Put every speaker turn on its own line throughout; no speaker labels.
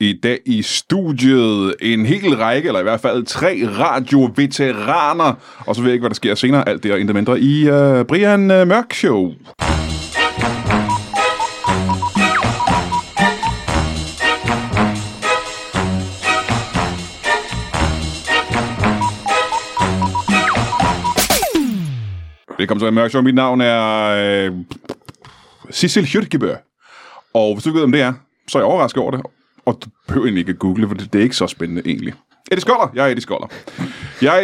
I dag i studiet en hel række, eller i hvert fald tre radioveteraner. Og så ved jeg ikke, hvad der sker senere. Alt det og intet mindre i øh, Brian øh, Mørk Show. Velkommen til Brian Mørk Show. Mit navn er øh, Sissel Hjørtgebør. Og hvis du ikke ved, om det er, så er jeg overrasket over det. Og du behøver egentlig ikke at google, for det, det er ikke så spændende egentlig. Eddie Skoller. Jeg er Eddie Skoller. Jeg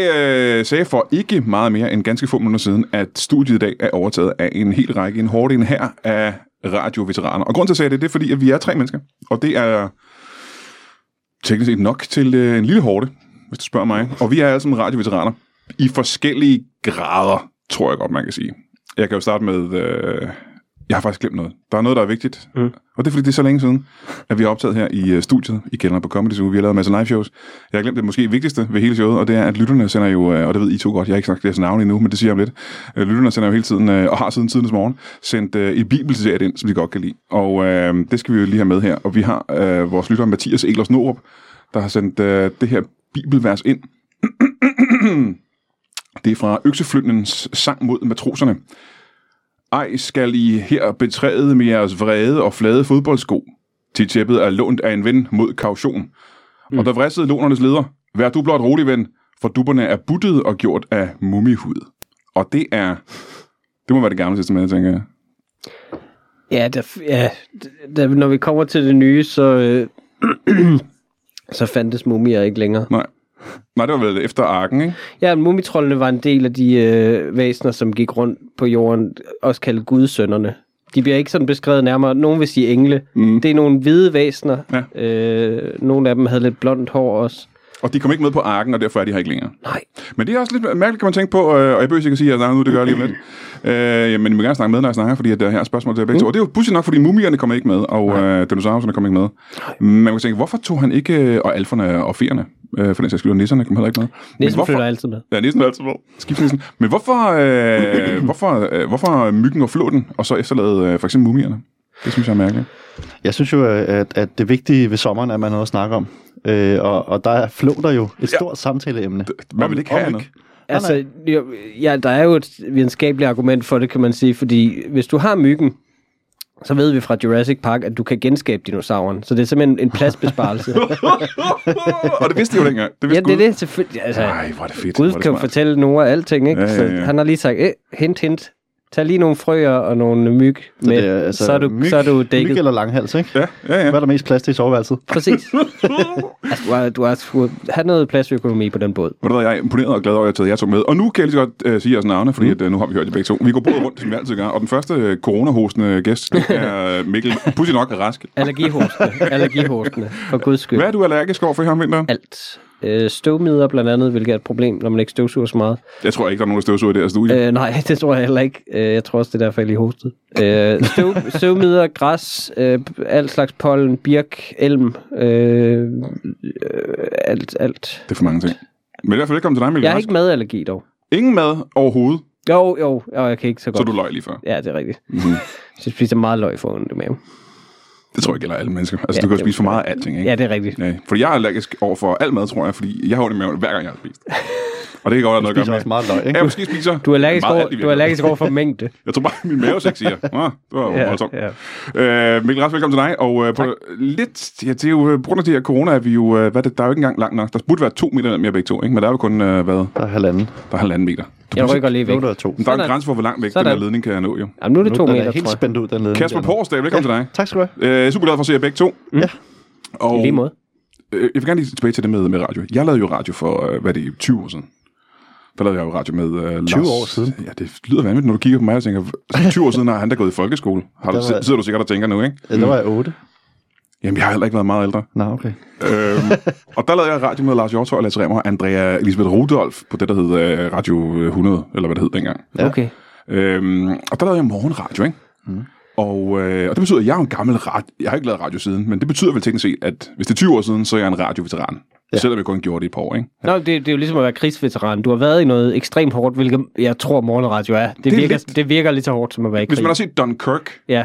øh, sagde for ikke meget mere end ganske få minutter siden, at studiet i dag er overtaget af en hel række, en hårdt her af radioveteraner. Og grund til, at jeg sagde det, det er fordi, at vi er tre mennesker. Og det er teknisk set nok til øh, en lille hårde, hvis du spørger mig. Og vi er alle sammen radioveteraner i forskellige grader, tror jeg godt, man kan sige. Jeg kan jo starte med... Øh, jeg har faktisk glemt noget. Der er noget, der er vigtigt. Mm. Og det er fordi, det er så længe siden, at vi har optaget her i øh, studiet i kælderen på Comedy Zoo. Vi har lavet masser af live shows. Jeg har glemt det måske vigtigste ved hele showet, og det er, at lytterne sender jo, øh, og det ved I to godt, jeg har ikke sagt deres navne endnu, men det siger jeg om lidt. Øh, Lytterne sender jo hele tiden, øh, og har siden tidens morgen, sendt øh, et bibelserie ind, som de godt kan lide. Og øh, det skal vi jo lige have med her. Og vi har øh, vores lytter Mathias Eglers Norup, der har sendt øh, det her bibelvers ind. Det er fra Økseflyndens sang mod matroserne. Ej skal I her betræde med jeres vrede og flade fodboldsko. Til tæppet er lånt af en ven mod kaution. Mm. Og der vrissede lånernes leder. Vær du blot rolig, ven, for dupperne er buttet og gjort af mumihud. Og det er... Det må være det gamle testament, tænker jeg.
Ja, der, ja der, når vi kommer til det nye, så, øh, så fandtes mumier ikke længere.
Nej. Nej, det var vel efter arken, ikke?
Ja, men mumitrollene var en del af de øh, væsener, som gik rundt på jorden, også kaldet gudsønderne. De bliver ikke sådan beskrevet nærmere. Nogen vil sige engle. Mm. Det er nogle hvide væsener. Ja. Øh, nogle af dem havde lidt blondt hår også.
Og de kom ikke med på arken, og derfor er de her ikke længere.
Nej.
Men det er også lidt mærkeligt, kan man tænke på, øh, og jeg behøver ikke at sige, at jeg nu, det gør jeg lige om lidt. Øh, jamen, I må gerne snakke med, når jeg snakker, fordi at der her er spørgsmål til jer
Mm.
begge to. Og det er jo pludselig nok, fordi mumierne kommer ikke med, og øh, dinosaurerne kommer ikke med. Man kan tænke, hvorfor tog han ikke, øh, og alferne og ferne, øh, for den sags skyld, og nisserne kom heller ikke med. Men
Næsten
hvorfor-
flytter altid med.
Ja, nissen er altid med. Skibsnissen. Men hvorfor, øh, hvorfor, øh, hvorfor myggen og flåten, og så efterlade øh, for eksempel mumierne? Det synes jeg er mærkeligt.
Jeg synes jo, at, at det vigtige ved sommeren er, at man har noget at snakke om. Øh, og, og der er flåter jo et stort samtaleemne.
Man vil ikke have andet.
andet.
Altså, jo, ja, der er jo et videnskabeligt argument for det, kan man sige, fordi hvis du har myggen, så ved vi fra Jurassic Park, at du kan genskabe dinosauren. Så det er simpelthen en pladsbesparelse.
og det vidste de jo dengang. Det
ja,
vidste
det er
Gud.
det selvfølgelig. Altså,
Ej, hvor er det fedt.
Gud
Hvor er det
kan jo
smart.
fortælle Noah alting, ikke?
Ja, ja, ja.
Så han har lige sagt, "Eh, hint, hint. Tag lige nogle frøer og nogle myg med, så,
er
altså, så, er, du, myg, så er du dækket.
øh, Myg eller langhals, ikke?
Ja, ja, ja.
Hvad er der mest plads til i soveværelset?
Præcis. altså, du har, du har, sgu- have noget pladsøkonomi på den båd.
Ved du hvad, jeg er imponeret og glad over, at jeg har taget jer to med. Og nu kan jeg lige så godt øh, sige jeres navne,
Mm.
fordi at, øh, nu har vi hørt jer begge to. Vi går både rundt, som vi altid gør. Og den første øh, coronahostende gæst, det er øh, Mikkel. Pudsigt nok er rask.
Allergihostene. Allergihostene. For guds skyld.
Hvad er du allergisk over for her om vinteren?
alt. Øh, støvmider blandt andet, hvilket er et problem, når man ikke støvsuger så meget.
Jeg tror ikke, der er nogen, der støvsuger i deres studie.
Øh, nej, det tror jeg heller ikke. Øh, jeg tror også, det er derfor, jeg lige hostede. Øh, støv, støvmider, græs, øh, alt slags pollen, birk, elm, øh, øh, alt, alt.
Det er for mange ting. Men i hvert fald velkommen til dig, Mikkel
Jeg har
Rask.
ikke madallergi dog.
Ingen mad overhovedet,
Jo, jo, jo, jeg kan ikke så
så
godt.
du løg lige før.
Ja, det er rigtigt. Så spiser jeg meget løg for ondt i maven.
Det tror jeg gælder alle mennesker. Altså,
Ja,
ja, du kan jo
det-
spise for meget af alting, ikke?
Ja, det er rigtigt.
Ja, fordi jeg er allergisk over for al mad, tror jeg, fordi jeg har ondt i maven, hver gang jeg har spist. Og det kan godt have noget at gøre
Det er
med.
også meget løg,
Ja,
ikke?
jeg måske spiser
Du er allergisk,
meget alt i
over, du er
virkeligheden.
allergisk over for mængde.
Jeg tror bare, min mavesæk siger, ah, det var ja, voldsomt. Ja.
ja.
Øh, Mikkel Rask, velkommen til dig. Og øh, på lidt, ja, det er jo øh, på grund af det her corona, er vi jo, øh, hvad er det, der er jo ikke engang langt nok. Der burde være to meter mellem jer begge to, ikke? men der er jo kun, øh, hvad,
Der er halvanden.
der er halvanden meter. Du
Jeg
pludselig-
rykker lige væk.
Flåter er to.
Men der er en
Sådan.
grænse for, hvor langt væk den
Sådan.
her ledning kan jeg nå, jo.
Jamen, nu er det to
Den er
meter,
helt
tror jeg.
spændt ud, den ledning.
Kasper
der.
Porsdag, velkommen ja. til
Tak skal du have.
dig. Øh, jeg er super glad for at se jer begge to. Mm.
Ja.
Og
I lige måde.
øh, jeg vil gerne lige tilbage til det med, med radio. Jeg lavede jo radio for, øh, hvad er det, 20 år siden. Der lavede jeg jo radio med øh, 20 Lars.
år siden?
Ja, det lyder vanvittigt, når du kigger på mig og tænker, "Så 20 år siden har han da gået i folkeskole. Har du,
Der var-
sidder du sikkert og tænker nu, ikke?
Ja, Øh, der var jeg otte.
Jamen, jeg har heller ikke været meget ældre.
Nå, okay.
øhm, og der lavede jeg radio med Lars Hjortøj, Lasse Remmer og Andrea Elisabeth Rudolf på det, der hed øh, Radio 100, eller hvad det hed dengang.
Ja.
Okay.
Øhm, og der lavede jeg morgenradio, ikke? Mm. Og, øh, og det betyder, at jeg er jo en gammel radio. Jeg har ikke lavet radio siden, men det betyder vel teknisk set, at hvis det er 20 år siden, så er jeg en radioveteran. Ja. Selvom jeg kun gjorde det i et par år, ikke?
Nå, det, det er jo ligesom at være krigsveteran. Du har været i noget ekstremt hårdt, hvilket jeg tror, morgenradio er. Det,
er
det, virker,
lidt-
lidt... det virker lige så hårdt, som at være i
Hvis
krig.
man har set Dunkirk,
Ja,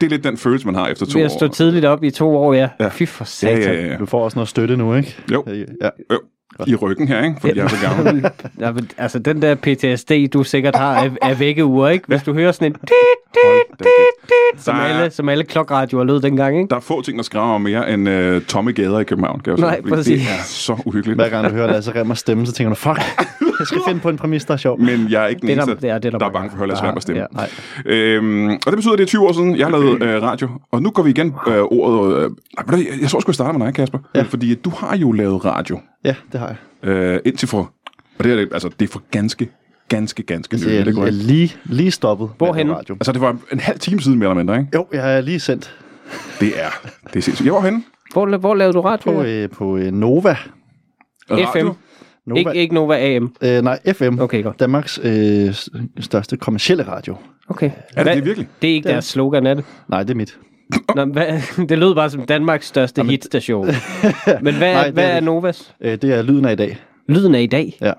Det er lidt den følelse, man har efter to
Ved
år.
at stå tidligt op i to år, ja.
Ja.
ja. Fy for
ja,
satan.
ja, ja, ja.
Du får også noget støtte nu, ikke? Øh,
Jo.
Ja.
Jo. I ryggen her, ikke? Fordi jeg er så gammel.
Ja, men, altså, den der PTSD, du sikkert har af, af vækkeure, ikke? Hvis du hører sådan en... Dit, dit, dit, dit, som,
Der er-
alle, som alle klokradioer lød dengang, ikke?
Der er få ting, der skræmmer mig mere end øh, tomme gader i København. Kan jeg
Nej,
sige, fordi
præcis.
Det er så uhyggeligt.
Hver gang du hører Lasse Remmers stemme, så tænker du, fuck, jeg skal finde på en præmis, der er sjov.
Men jeg er ikke den
Det er der-
eneste,
det er- det er der
der er
mange,
bange for at høre Lasse
der-
Remmer stemme.
ja,
Ja, øhm, og det betyder, at det er 20 år siden, jeg har lavet øh, radio. Og nu går vi igen øh, ordet... Øh, nej, ved du, jeg, jeg tror, jeg skulle starte med dig, Kasper. Ja. Fordi du har jo lavet radio
Ja, det har jeg.
øh, indtil for... Og det er, det- altså, det er for ganske, ganske, ganske
Så
nylig.
Altså, jeg,
det går
jeg er
ikke.
lige, lige stoppet. med
Hvorhenne?
radio.
Altså, det var en halv time siden, mere eller mindre, ikke?
Jo, jeg har lige sendt
Det er, det er sindssygt. Jeg var henne.
Hvor, hvor lavede du radio?
på, øh, på øh, Nova.
FM.
Nova.
Ikke, ikke Nova AM.
Øh, nej, FM.
Okay, godt.
Danmarks øh, s- største kommercielle radio.
Okay.
Er det det virkelig?
Det er ikke
Ja.
deres slogan, er det?
Nej, det er mit.
Nå, men hvad, det lød bare som Danmarks største Jamen. hitstation. Men hvad,
Nej,
Nej,
det
hvad
er det
er
ikke.
Novas?
Øh, det er lyden af i dag.
Lyden er i dag.
Ja.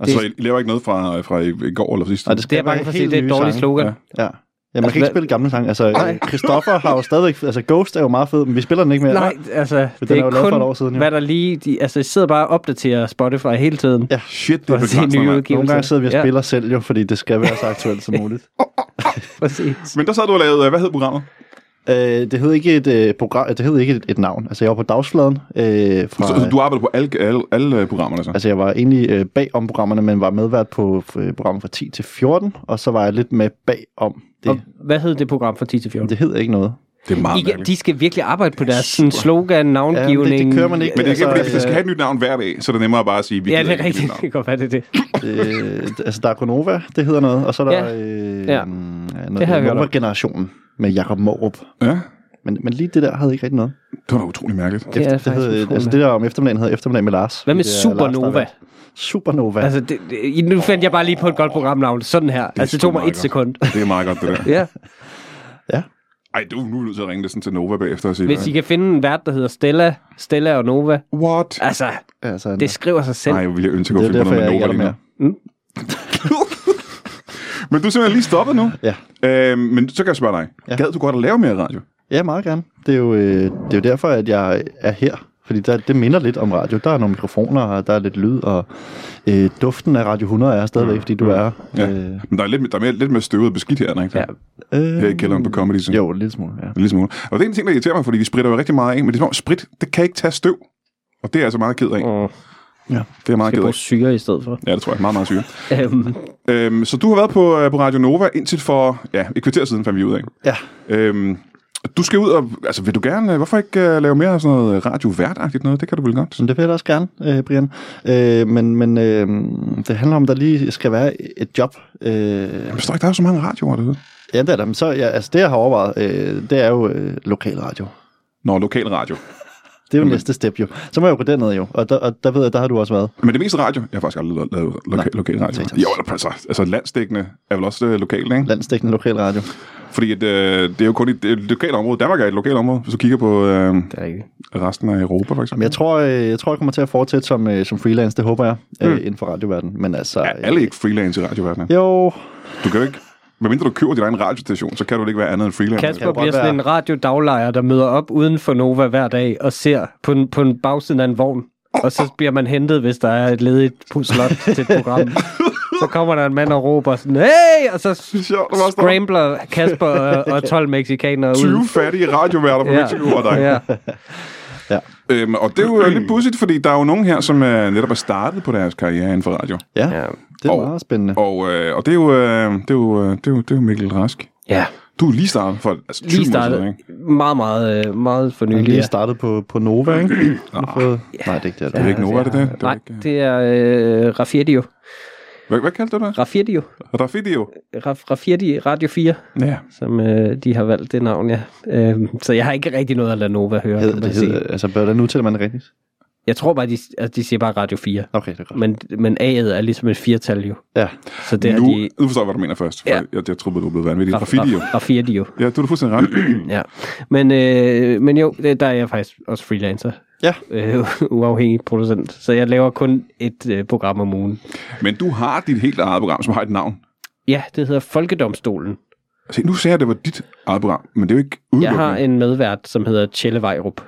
Altså, I laver ikke noget fra, fra i, i går eller sidste
Nej,
uge?
skal
Det er jeg
være
bange for at sige,
helt
det er et
nye
dårligt
sange.
slogan.
Ja.
Ja.
Ja. Ja, man
Altså,
kan ikke
hvad-
spille gamle sange. Altså,
Nej.
Christoffer har jo stadigvæk... Altså, Ghost er jo meget fed, men vi spiller den ikke mere.
Nej, altså, det
den er
er
jo lavet for et år
kun,
siden, jo.
hvad der lige... De, altså, de sidder bare og opdaterer Spotify hele tiden.
Ja.
Shit, det
For
er
at se
begrænsende.
nye
mand.
udgivelser.
Nogle gange sidder vi og
Ja,
spiller selv jo, fordi det skal være så aktuelt som muligt.
præcis.
Men der sad du og lavede, øh, hvad hed programmet?
Øh, det hed ikke et øh, program, det hed ikke et, et navn. Altså jeg var på dagsfladen øh, fra,
Så, så du arbejdede på alle, alle, alle øh, programmerne, så?
altså jeg var egentlig øh, bag om programmerne, men var medvært på øh, programmet fra 10 til 14, og så var jeg lidt med bag om det.
Og hvad hed det program fra 10 til 14?
det hed ikke noget.
Det er meget
I,
mærkeligt.
de skal virkelig arbejde på deres sådan, slogan,
Ja, men
navngivning.
det, det kører man ikke.
Men det er ikke, fordi
altså,
hvis jeg skal have et nyt navn hver dag, så er det nemmere bare at sige, vi
Ja,
gider
det
ikke
er
et nyt
rigtigt.
navn.
Det går fat i det.
øh, d- altså der er Gronova, det hedder noget, og så er der
Ja.
øh,
Ja.
ja.
Det har jeg
noget
hørt om.
Nova-generationen med Jakob Morup.
Ja,
Men, men lige det der havde ikke rigtig noget.
det var da utrolig mærkeligt.
Det er
Det,
faktisk
hed,
utroligt.
altså det der om eftermiddagen hedder eftermiddag med Lars.
Hvad med
Det er Lars, der
Supernova?
vandt. Supernova.
Altså, det, det, nu fandt jeg bare lige på et godt programnavn. Sådan her. Det altså, det
sgu
tog mig
meget
et
godt.
sekund.
Det er meget godt, det der.
Ja.
ja.
Ej, du nu er vi nødt til at ringe det sådan til Nova bagefter og sige,
Hvis I kan finde en vært, der hedder Stella, Stella og Nova.
what?
Altså,
Altså,
det skriver sig selv.
Nej, jeg ville ønske at
det
kunne finde
er
på
derfor,
noget
jeg
med
ikke
Nova
er
lige
der
nu.
mere.
Men du er simpelthen lige stoppet nu.
Ja.
Øhm, men så kan jeg spørge dig.
Ja.
Gad du godt at lave mere radio?
Ja, meget gerne. Det er jo, øh, det er jo derfor, at jeg er her. Fordi der, det minder lidt om radio. Der er nogle mikrofoner, og der er lidt lyd, og øh, duften af Radio 100 er stadigvæk, fordi du er...
Mm. Ja.
Øh,
Men der er lidt, der er mere, lidt mere støvet beskidt her, er der ikke?
Ja.
det?
øh,
Her i kælderen på Comedy Zoo.
Jo, en lille smule, ja.
En lille smule. Og det er en ting, der irriterer mig, fordi vi spritter jo rigtig meget af, men det er som om, sprit, det kan ikke tage støv. Og det er jeg altså meget ked af.
Mm.
ja.
Det er jeg meget
Skal
ked af.
bruge syre i stedet for.
Ja, det tror jeg. Meget, meget syre.
Øhm,
Øhm, så du har været på, øh, på Radio Nova indtil for ja, et kvarter siden, fandt vi ud af.
Ja.
Øhm, du skal ud og... Altså, vil du gerne... øh, Hvorfor ikke øh, lave mere sådan noget radioværtagtigt noget? Det kan du vel godt.
Men det vil jeg da også gerne, øh, Brian. Øh, men men øh, det handler om, at der lige skal være et job. Øh,
Jeg forstår ikke, der er jo så mange radioer derude.
ja, det er der. Men så, ja, altså, det, jeg har overvejet, øh, det er jo øh, lokalradio.
Nå, lokal radio.
Det er jo næste step, jo. Så må jeg jo gå derned, jo. Og der, og der ved jeg, der har du også været.
Men det meste radio... Jeg har faktisk aldrig lavet- lavet loka- lokal radio.
satans.
Jo, eller altså, altså landstækkende er vel også øh, lokalt, ikke?
Landstækkende lokalradio.
Fordi at, øh, det er jo kun et, et lokalt område. Danmark er et lokalt område, hvis du kigger på øh,
det er rigtigt.
resten af Europa, for eksempel.
Men jeg tror, øh, jeg tror, jeg kommer til at fortsætte som, øh, som freelance, det håber jeg, mm. øh, inden for radioverdenen. Men altså...
Er alle ikke freelance i radioverdenen?
Jo,
Du kan jo ikke... Medmindre du køber din egen radiostation, så kan du ikke være andet end freelance.
Kasper
godt
bliver sådan
være.
en radiodaglejer, der møder op uden for Nova hver dag og ser på en, på en bagsiden af en vogn. Og så bliver man hentet, hvis der er et ledigt pu- slot til et program. Så kommer der en mand og råber sådan, hey! Og så
Sjovt, der var sådan-
scrambler Kasper og, og 12 mexikanere ud.
20 fattige radioværter på ja. Mexico og dig. Ja.
ja.
Øhm, og det er jo lidt pudsigt, fordi der er jo nogen her, som øh, netop er startet på deres karriere inden for radio.
ja,
Ja.
ja. det er
Og-
meget spændende.
Og, øh, og det, er jo, øh, det, er jo, øh, det, er jo, det er jo Mikkel Rask.
ja.
Du er lige startet for altså, 20
Lige
måneder siden,
startet.
ikke?
Meget, meget, øh, meget for
Jeg
nylig.
lige
ja.
startet på, på Nova, ikke? Har du fået... Nej, det er ikke det.
Det er
det.
ikke Nova, er det det? det er
Nej,
ikke, øh,
det er øh, Rafirdio.
Hvad, hvad kaldte du det?
Rafirdio.
Rafidio?
Raf- Rafirdi Radio 4,
Ja.
som øh, de har valgt det navn, ja. Øh, så jeg har ikke rigtig noget at lade Nova høre,
Hed,
kan man
det
sige.
hed, altså, hvordan udtaler man det rigtigt?
Jeg tror bare, de, altså, de siger bare Radio 4.
Okay, det er godt.
Men, men A'et er ligesom et firtal jo.
Ja,
Så det er
Nu,
de...
nu forstår jeg, hvad du mener først. For
Ja.
jeg, jeg troede, du blev vanvittig. Rafidio.
Rafirdio.
Ja, du er da fuldstændig ret.
Ja. Men, øh, men jo, det- der er jeg faktisk også freelancer.
Ja.
Øh, uafhængig producent. Så jeg laver kun et øh, program om ugen.
Men du har dit helt eget program, som har et navn.
Ja, det hedder Folkedomstolen.
Se, nu sagde jeg, at det var dit eget program, men det er jo ikke udelukkende.
Jeg har en medvært, som hedder Tjelle Vejrup,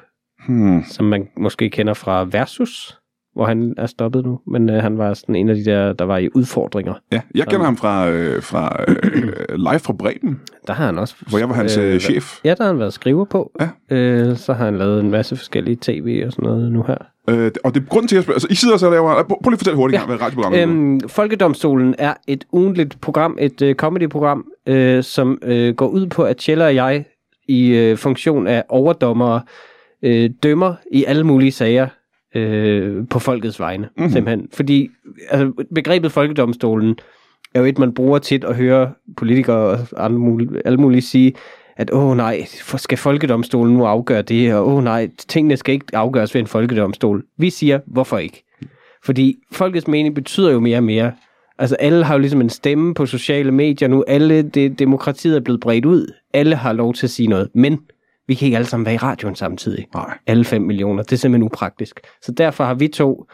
Hmm.
som man måske kender fra Versus, hvor han er stoppet nu. Men øh, han var sådan en af de der, der var i udfordringer.
Ja, jeg kender ham fra, øh, fra øh, Live fra Bremen,
Der har han også...
hvor jeg var hans øh,
hvad-
chef.
Ja, der har han været skriver på.
Ja.
Øh, så har han lavet en masse forskellige tv og sådan noget nu her.
Øh, og det er grunden til, at jeg spørger. Altså, I sidder og så og laver... Prøv prøv lige at fortælle hurtigt ja.
Ja.
gang, hvad radioprogrammet øhm,
Øhm, Folkedomstolen er et ugentligt program, et øh, comedy-program, øh, som øh, går ud på, at Kjell og jeg i øh, funktion af overdommere øh, dømmer i alle mulige sager øh, på folkets vegne, mm-hmm. simpelthen. Fordi altså, begrebet folkedomstolen er jo et, man bruger tit at høre politikere og andre mulige, alle mulige sige, at åh nej, for- skal folkedomstolen nu afgøre det, og åh nej, tingene skal ikke afgøres ved en folkedomstol. Vi siger, hvorfor ikke? Fordi folkets mening betyder jo mere og mere. Altså alle har jo ligesom en stemme på sociale medier nu. Alle, det, demokratiet er blevet bredt ud. Alle har lov til at sige noget. Men vi kan ikke alle sammen være i radioen samtidig.
Nej.
Alle 5 millioner. Det er simpelthen upraktisk. Så derfor har vi to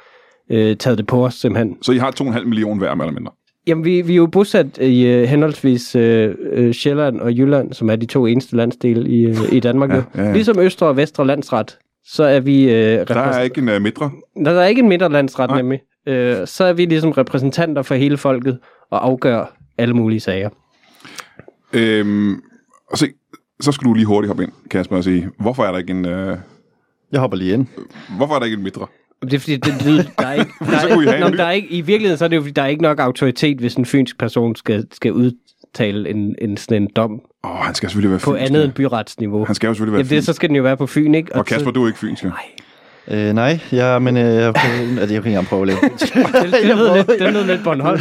øh, taget det på os simpelthen.
Så I har 2,5 millioner hver, mere eller mindre.
Jamen vi, vi er jo bosat i øh, henholdsvis øh, øh, Sjælland og Jylland, som er de to eneste landsdele i, øh, i Danmark. ja,
ja, ja.
Ligesom Østre og Vestre Landsret, så er vi... Øh,
Der
repræs-
er ikke en uh, midtre.
når der er ikke en mindre landsret
Nej.
Nej. nemlig, øh, så er vi ligesom repræsentanter for hele folket og afgør alle mulige sager.
Øhm, og se, så skal du lige hurtigt hoppe ind, Kasper, og sige, hvorfor er der ikke en, øh,
Jeg hopper lige ind.
hvorfor er der ikke en midtre?
Det er fordi, det lyder, der er ikke, der
Så kunne I have
er,
en
når,
ny.
der er ikke, i virkeligheden så er det jo, fordi der er ikke nok autoritet, hvis en fynsk person skal, skal udtale en, en, sådan en dom
Åh, oh, han skal selvfølgelig være
på
fynsk,
andet
ja.
end byretsniveau.
Han skal jo selvfølgelig være
Jamen, det,
fynsk.
så skal den jo være på Fyn, ikke?
Og Kasper, du er ikke fynsk, ja.
Øh, nej, ja, men øh, jeg, prøver, altså, jeg kan ikke engang prøve at lave det.
så, det, det, lyder lidt, det lyder lidt Bornholm.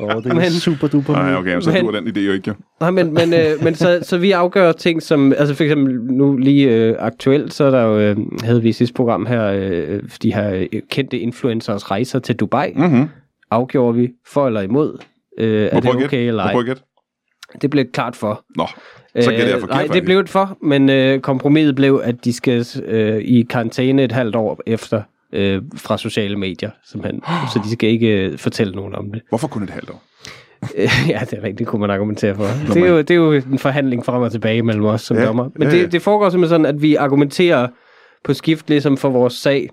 Oh, det er
Men-
super duper.
Nej, okay, så
Men-
du den idé jo ikke, jo.
Nej, men, men, øh, men så, så vi afgør ting som, altså for eksempel nu lige øh, aktuelt, så er der jo, øh, havde vi i sidste program her, øh, de her øh, kendte influencers rejser til Dubai,
Mm-hmm.
afgjorde vi for eller imod, øh, er det okay eller ej?
Prøv at gætte.
Det blev et klart for.
Nå, så gætter jeg
Øh,
forkert,
Nej, det
faktisk.
blev et for, men øh, kompromiset blev, at de skal øh, i karantæne et halvt år efter øh, fra sociale medier, simpelthen. Så de skal ikke øh, fortælle nogen om det.
Hvorfor kun et halvt år?
Øh, ja, det er rigtigt, det kunne man argumentere for. Det er, jo, det er jo en forhandling frem og tilbage mellem os som
Ja,
ja, dommer. Men
ja, ja.
det, det foregår simpelthen sådan, at vi argumenterer på skift ligesom for vores sag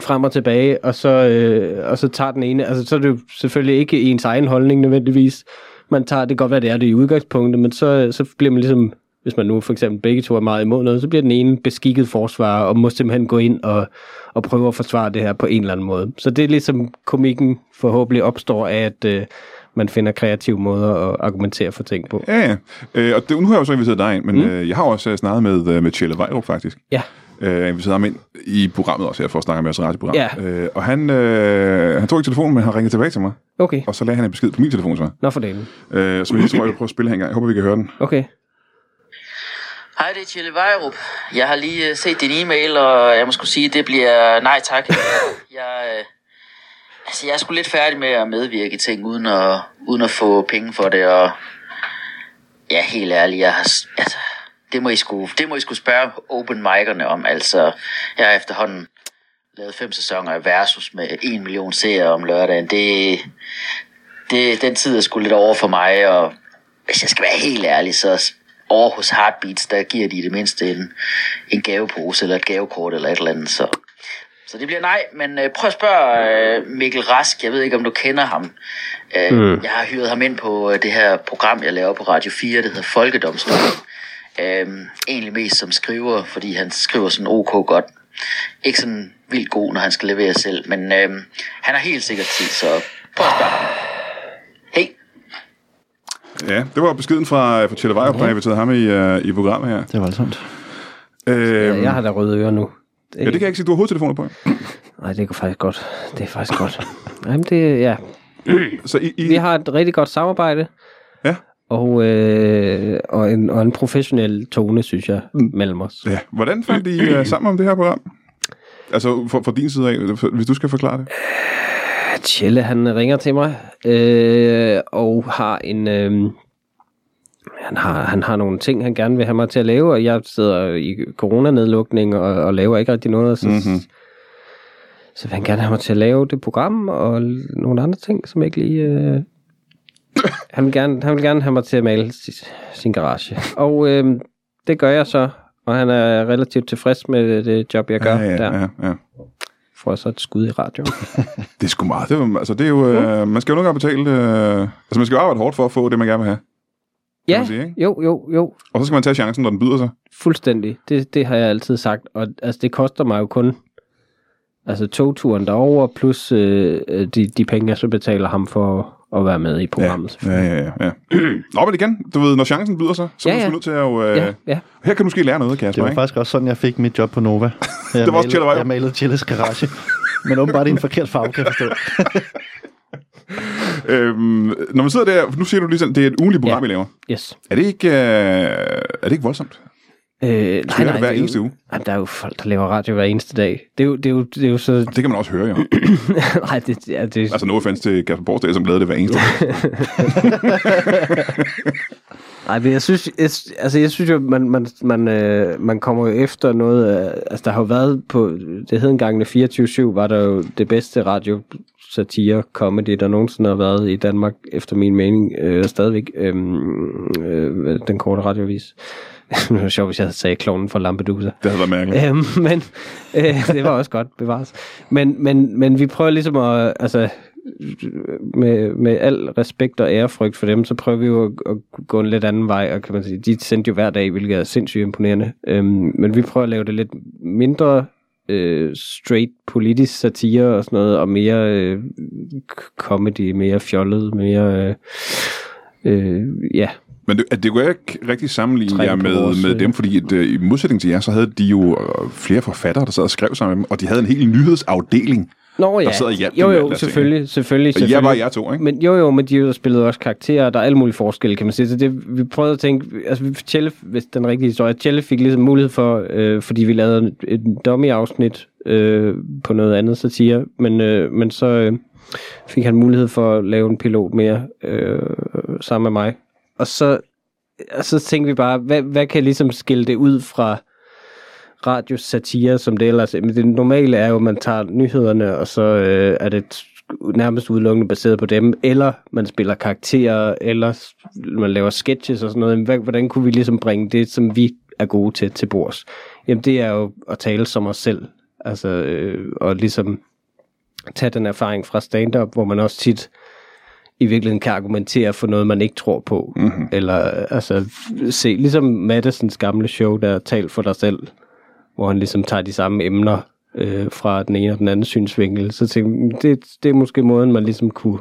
frem og tilbage, og så, øh, og så tager den ene, altså så er det jo selvfølgelig ikke ens egen holdning nødvendigvis, man tager, det kan godt være, det er det i udgangspunktet, men så, så bliver man ligesom, hvis man nu for eksempel begge to er meget imod noget, så bliver den ene beskikket forsvarer, og må simpelthen gå ind og, og prøve at forsvare det her på en eller anden måde. Så det er ligesom komikken forhåbentlig opstår af, at øh, man finder kreative måder at argumentere for ting på.
Ja, ja. Øh, og det, nu har jeg jo så inviteret dig ind, men mm. øh, jeg har også øh, snakket med, øh, med Tjelle Vejrup, faktisk.
Ja,
Øh, jeg inviterede ham ind i programmet også her, for at snakke med os i radioprogrammet.
Ja.
Øh, og han, øh, han tog ikke telefonen, men han ringede tilbage til mig,
okay.
og så lagde han en besked på min telefon, så.
Nå for delen.
Øh, så jeg lige tror, jeg vil prøve at spille her engang. Jeg håber, vi kan høre den.
Okay.
Hej, det er Tjelle Vejrup. Jeg har lige øh, set din e-mail, og jeg må skulle sige, at det bliver nej tak. Jeg, øh, altså, jeg er sgu lidt færdig med at medvirke i ting, uden at, uden at få penge for det, og ja, helt ærligt, jeg har, s- altså, det, må I sgu, det må I sgu spørge open mic'erne om. Altså, jeg har efterhånden lavet fem sæsoner af Versus med en million seere om lørdagen. Det, det, den tid er sgu lidt over for mig, og hvis jeg skal være helt ærlig, så over hos Heartbeats, der giver de i det mindste en, en gavepose eller et gavekort eller et eller andet, så... Så det bliver nej, men øh, prøv at spørge øh, Mikkel Rask, jeg ved ikke om du kender ham. Øh, mm. Jeg har hyret ham ind på øh, det her program, jeg laver på Radio 4, det hedder Folkedomstolen. Øh, egentlig mest som skriver, fordi han skriver sådan ok godt. Ikke sådan vildt god, når han skal levere selv, men øh, han har helt sikkert tid, så prøv at spørge ham. Hej.
Ja, det var beskeden fra, øh, fra Tjelle Vejrup, der har inviteret ham i, øh, i programmet her.
Det er voldsomt.
Øh,
Jeg har da røde ører nu. Det,
Ja, det kan jeg ikke sige, du har hovedtelefoner på.
Nej, det går faktisk godt. Det er faktisk godt. Jamen det, ja.
Så I, I,
Vi har et rigtig godt samarbejde.
Ja.
Og, øh, og, en, og en professionel tone, synes jeg, mellem os.
Ja, hvordan fandt I øh, sammen om det her program? Altså, fra, fra din side af, hvis du skal forklare det.
Tjelle, han ringer til mig, øh, og har en... Øh, han har, han har nogle ting, han gerne vil have mig til at lave, og jeg sidder i coronanedlukning og, og laver ikke rigtig noget, og så,
Mhm.
mm-hmm. så vil han gerne have mig til at lave det program og l- nogle andre ting, som jeg ikke lige øh, Han vil gerne, han vil gerne have mig til at male si- sin garage. Og øhm, det gør jeg så, og han er relativt tilfreds med det job, jeg gør
ja, ja,
der.
ja, ja.
Får jeg så et skud i radioen.
Det er sgu meget. Det er, jo- altså, det er jo, øh, man skal jo nogle gange betale... Øh, altså, man skal jo arbejde hårdt for at få det, man gerne vil have.
ja,
man sige, ikke?
jo, jo, jo.
Og så skal man tage chancen, når den byder sig.
Fuldstændig. Det, det har jeg altid sagt. Og altså, det koster mig jo kun altså, togturen derover plus øh, øh, de, de penge, jeg så betaler ham for at være med i programmet.
Ja, ja, ja, ja. Nå, men igen, du ved, når chancen byder sig, så ja,
Ja,
er du
ja.
sgu nødt til at... jo, Øh,
ja, ja.
Her kan du måske lære noget,
Det
Kasper,
var
ikke?
faktisk også sådan, jeg fik mit job på Nova. Jeg
Det var også
malede-
Chille Vejrup.
Jeg malede Chilles garage. Men åbenbart i en forkert farve, kan jeg forstå.
Øhm, når man sidder der... Nu siger du lige sådan, det er et ugenligt program, ja. I
Ja.
laver.
Yes.
Er det ikke, øh, er det ikke voldsomt?
Øh, nej,
Så nej, det hver
er jo-
eneste uge.
Jamen, der er jo folk, der laver radio hver eneste dag. Det er jo, det er jo, det er jo så...
Det kan man også høre, jo.
nej, det, ja, det,
Altså, no offense til Kasper Borsdag, som lavede det hver eneste. dag.
Nej, men jeg synes, jeg, sy- altså jeg synes jo, man, man, man, øh, man kommer jo efter noget, øh, altså der har jo været på, det hed engang det 24-7, var der jo det bedste radio satire comedy, der nogensinde har været i Danmark, efter min mening, øh, stadigvæk, øh, øh, den korte radiovis. det var sjovt, hvis jeg sagde klonen fra Lampedusa.
Det havde været mærkeligt.
Øhm, men øh, det var også godt bevares. Men, men, men vi prøver ligesom at, altså, med, med al respekt og ærefrygt for dem, så prøver vi jo at, at gå en lidt anden vej, og kan man sige, de sendte jo hver dag, hvilket er sindssygt imponerende. Øhm, men vi prøver at lave det lidt mindre øh, straight politisk satire og sådan noget, og mere øh, k- comedy, mere fjollet, mere... Øh, øh, ja,
Men det, at det kunne jeg ikke rigtig sammenligne
Træne
jer
på
med,
vores,
med
øh,
dem, fordi at, øh, i modsætning til jer, så havde de jo øh, flere forfattere, der sad og skrev sammen med dem, og de havde en hel nyhedsafdeling.
Nå ja,
sidder og hjalp
jo
dem med
jo,
deres ting,
selvfølgelig, selvfølgelig,
Og jeg
selvfølgelig.
var jer to, ikke?
Men jo jo, men de har jo spillet også karakterer, og der er alle mulige forskelle, kan man sige. Så det, vi prøvede at tænke, altså vi- Tjelle, hvis den rigtige historie, Tjelle fik ligesom mulighed for, øh, fordi vi lavede en- et dummy-afsnit øh, på noget andet satire, men, øh, men så øh, fik han mulighed for at lave en pilot mere øh, sammen med mig. Og så, og så tænkte vi bare, hvad, hvad kan ligesom skille det ud fra radiosatire, som det ellers er. Men det normale er jo, at man tager nyhederne, og så øh, er det t- nærmest udelukkende baseret på dem, eller man spiller karakterer, eller s- man laver sketches og sådan noget. Jamen, hvad- Hvordan kunne vi ligesom bringe det, som vi er gode til, til bords? Jamen, det er jo at tale som os selv, altså, øh, og ligesom tage den erfaring fra stand-up, hvor man også tit i virkeligheden kan argumentere for noget, man ikke tror på. Mm-hmm. Eller øh, altså, f- se, ligesom Madisons gamle show, der er talt for dig selv, hvor han ligesom tager de samme emner øh, fra den ene og den anden synsvinkel. Så tænkte jeg, det, det er måske måden, man ligesom kunne,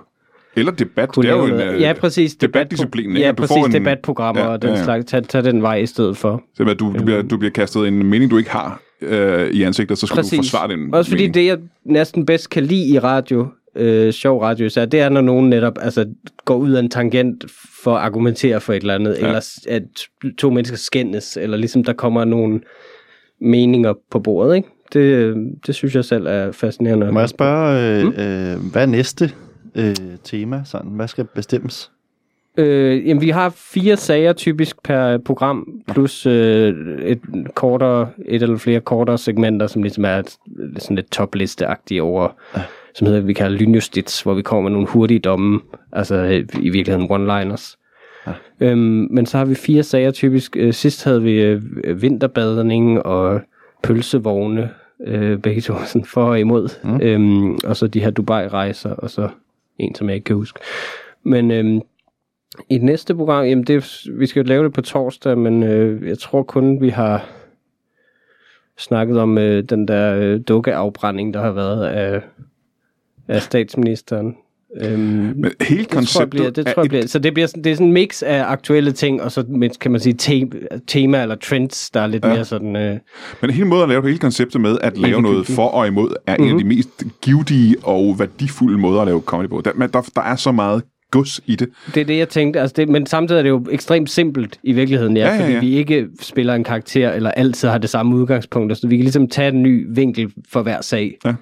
Eller debat,
kunne
det er jo
lave
en
noget.
øh,
Ja, præcis.
debatdisciplin. ikke?
Ja,
At
præcis.
en-
debatprogrammer ja, og den ja. slags. Mm. Tag, tag den vej i stedet for.
Simpelthen, at du, du, bliver, du bliver kastet en mening, du ikke har øh, i ansigtet, så skal du forsvare den
Også fordi
mening.
det, jeg næsten bedst kan lide i radio, øh, sjov radio, så det er, når nogen netop altså, går ud af en tangent for at argumentere for et eller andet, ja. eller s- at to mennesker skændes, eller ligesom der kommer nogle meninger på bordet, ikke? Det, øh, det synes jeg selv er fascinerende.
Må jeg spørge, øh, øh, hvad er næste øh, tema? Sådan, hvad skal bestemmes?
Øh, jamen, vi har fire sager typisk per program, plus øh, et, kortere, et eller flere kortere segmenter, som ligesom er et, sådan lidt toplisteagtigt over, som hedder, vi kalder lynjustits, hvor vi kommer med nogle hurtige domme, altså øh, i virkeligheden one-liners. Ja. Øhm, men så har vi fire sager typisk. Øh, sidst havde vi øh, vinterbadning og pølsevogne, øh, begge to sådan for og imod. Mm. Øhm, og så de her Dubai-rejser, og så en, som jeg ikke kan huske. Men øhm, i det næste program, jamen det, vi skal jo lave det på torsdag, men øh, jeg tror kun, vi har snakket om øh, den der øh, dukkeafbrænding, der har været af, af statsministeren. Øhm,
Men hele
det tror jeg
konceptet
bliver, det tror
er
jeg bliver. Så det, bliver sådan, det er sådan en mix af aktuelle ting, og så med, kan man sige te- tema eller trends, der er lidt ja. mere sådan... Øh,
Men hele måden at lave hele konceptet med at lave noget for og imod, er mm-hmm. en af
Mhm.
de mest givtige og værdifulde måder at lave comedy på. Der, men der, der er så meget gods i det.
det er det, jeg tænkte. Altså det, men samtidig er det jo ekstremt simpelt i virkeligheden, ja,
Ja,
ja,
ja,
ja,
ja.
fordi vi ikke spiller en karakter, eller altid har det samme udgangspunkt. Så vi kan ligesom tage en ny vinkel for hver sag.
Ja.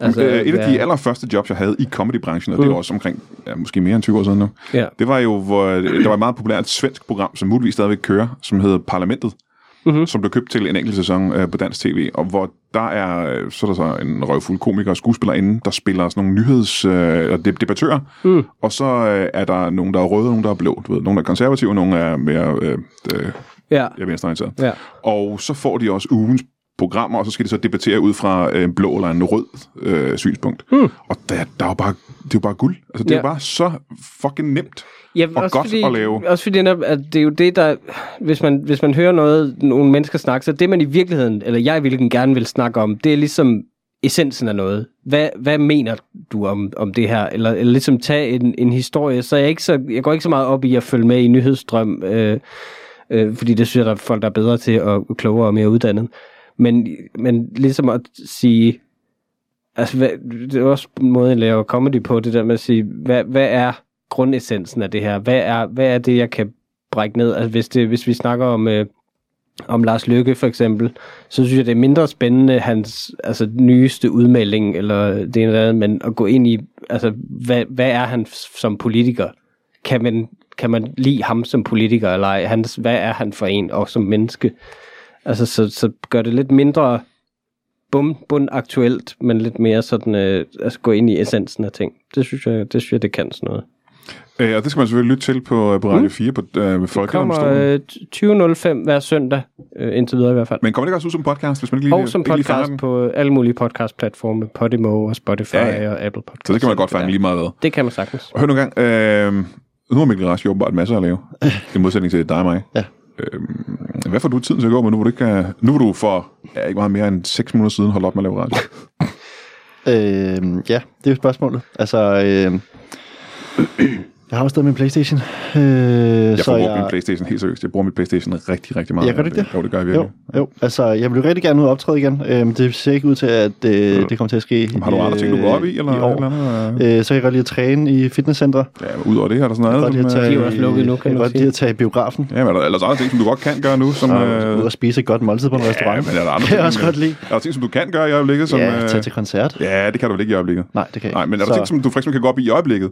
Altså, øh, et af de allerførste jobs, jeg havde i comedybranchen, og det
Mhm.
var også omkring ja, måske mere end 20 år siden nu,
Ja.
det var jo, hvor øh, der var et meget populært svensk program, som muligvis stadigvæk kører, som hedder Parlamentet. mm-hmm. som blev købt til en enkelt sæson øh, på dansk tv, og hvor der er, øh, så er der så en røvfuld komiker og skuespillerinde, der spiller sådan nogle nyheds- øh, og deb- debattører, mm. og så øh, er der nogen, der er røde, og nogen, der er blå. Du ved, nogen er konservative, og nogen er mere... Øh, øh,
Ja.
jeg er venstreorienteret.
Ja.
Og så får de også ugens programmer, og så skal de så debattere ud fra øh, en blå eller en rød øh, synspunkt. Mm. Og der, der er jo bare, det er jo bare guld. Altså, det er
Ja.
jo bare så fucking nemt
Ja,
og godt
fordi,
at lave.
Også fordi netop, at det er jo det, der... Hvis man, hvis man hører noget, nogle mennesker snakke, så det, man i virkeligheden, eller jeg i virkeligheden gerne vil snakke om, det er ligesom essensen af noget. Hvad, hvad mener du om, om det her? Eller, eller ligesom tage en, en historie, så jeg, ikke så jeg går ikke så meget op i at følge med i nyhedsstrøm, øh, øh, fordi det synes jeg, der er folk, der er bedre til og klogere og mere uddannet. Men, men ligesom at sige, Altså, hvad, det er også en måde, jeg laver comedy på, det der med at sige, hvad, hvad er grundessensen af det her? Hvad er, hvad er det, jeg kan brække ned? Altså, hvis, det, hvis vi snakker om, øh, om Lars Løkke, for eksempel, så synes jeg, det er mindre spændende, hans altså, nyeste udmelding, eller det ene eller andet, men at gå ind i, altså, hvad, hvad er han som politiker? Kan man, kan man lide ham som politiker, eller ej? Hans, hvad er han for en, og som menneske? Altså, så, så gør det lidt mindre bum, bund aktuelt, men lidt mere sådan, øh, altså gå ind i essensen af ting. Det synes jeg, det, synes jeg, det kan sådan noget.
Øh, og det skal man selvfølgelig lytte til på, øh, på Radio
Mm.
4 på øh,
Det kommer
Folkedomstolen. Øh...
øh, 20.05 hver søndag, øh, indtil videre i hvert fald.
Men kommer det ikke også ud som podcast, hvis man ikke lige,
Og som
ikke lige fanger
podcast
den?
på alle mulige podcastplatforme, Podimo og Spotify
Ja,
ja,
ja.
ja. og Apple Podcasts.
Så det kan man godt fange lige meget ved.
Det kan man sagtens.
Og hør nu en gang, øh, nu har Mikkel Rask jo åbenbart masser at lave, i modsætning til dig og mig. Ja. Øh, hvad får du tiden til at gå med nu, hvor du ikke kan, nu hvor du for ja, ikke meget mere end 6 måneder siden holdt op med at lave radio?
Øh, ja, det er jo spørgsmålet. Altså, øh, jeg har jo stadig min Playstation. Øh,
Jeg får brugt min Playstation helt seriøst. Jeg bruger mit Playstation rigtig, rigtig meget.
Ja, gør du ikke det?
Jo, det gør jeg
Jo,
virkelig.
jo, altså jeg vil rigtig gerne ud og optræde igen. Øhm, det ser ikke ud til, at øh, det kommer til at ske.
Har du
i,
andre ting, du går op i, eller
i år.
et eller andet?
Øh, så kan jeg godt lide at træne i fitnesscentre.
Ja, ud over det, er der sådan noget
Godt lide
andet?
at
Som,
tage,
øh,
de er jo også lukket nu, kan
jeg
man
godt
sige.
lide at tage i biografen.
ja, men er der, er der andre ting, som du godt kan gøre nu? Som, øh,
Og ud og spise et godt måltid på en
ja,
restaurant.
men er der andre
kan
ting,
jeg også godt lide.
Er der ting, som du kan gøre i øjeblikket? Som,
Ja, tage
øh,
til koncert.
ja, det kan du vel ikke i øjeblikket?
Nej, det kan jeg
Nej, men er der
Så-
ting, som du for eksempel kan gå op i i øjeblikket,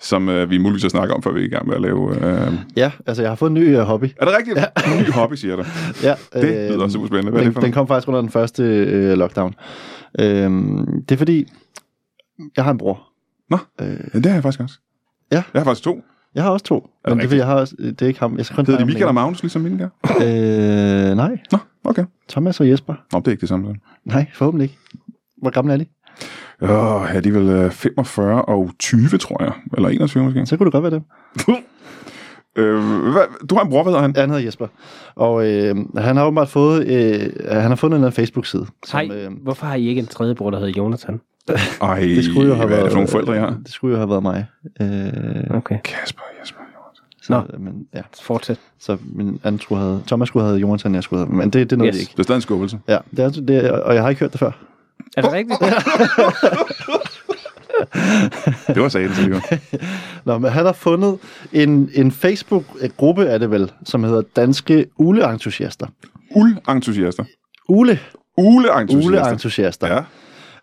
som øh, vi muligvis har snakket om, før vi er i gang med at lave... Øh...
Ja, altså jeg har fået en ny øh, hobby.
Er det rigtigt? Ja. Ny hobby, siger du.
Ja, øh,
Det lyder super spændende. Hvad er det
den,
for
den kom faktisk under den første øh, lockdown. Øh, det er fordi, jeg har en bror.
Nå,
Øh,
ja, det har jeg faktisk også.
Ja.
Jeg har faktisk to.
jeg har også to.
det
men det er, fordi
rigtigt?
jeg har også, det er ikke ham. Jeg skal kun
Hedder de
dreje
Michael og
ham
Magnus, ligesom mine gør?
længere. øh, Nej,
Nå, okay.
Thomas og Jesper.
Nå, det er ikke det samme. så.
Nej, forhåbentlig ikke. Hvor gammel er de?
Åh, oh, ja, de er vel øh, 45 og 20, tror jeg. Eller 21 måske.
Så kunne du godt være dem.
Øh, hvad, du har en bror, hvad hedder han?
Ja, han hedder Jesper. Og øh, han har åbenbart fået, øh, han har fundet en eller anden Facebook-side.
Hej,
øh,
hvorfor har I ikke en tredje bror, der hedder Jonathan?
Ej,
det skulle jo have
hvad er
været, øh,
det for nogle forældre, jeg har?
det skulle jo have været mig. Øh,
Okay,
Kasper, Jesper, Jonas.
så, øh,
Nå.
men, ja.
fortsæt.
så min anden skulle have, Thomas skulle have, Jonathan jeg skulle have, men det, det nåede
Yes.
yes. ikke.
Det er stadig en skuffelse.
Ja, det er, det, er- og jeg har ikke hørt det før.
Er det rigtigt?
Det var sagen, det var.
Nå, men han har fundet en, en Facebook-gruppe, er det vel, som hedder Danske Ule-entusiaster.
Ule-entusiaster.
Ule,
Ule-entusiaster.
Ule-entusiaster.
Ja.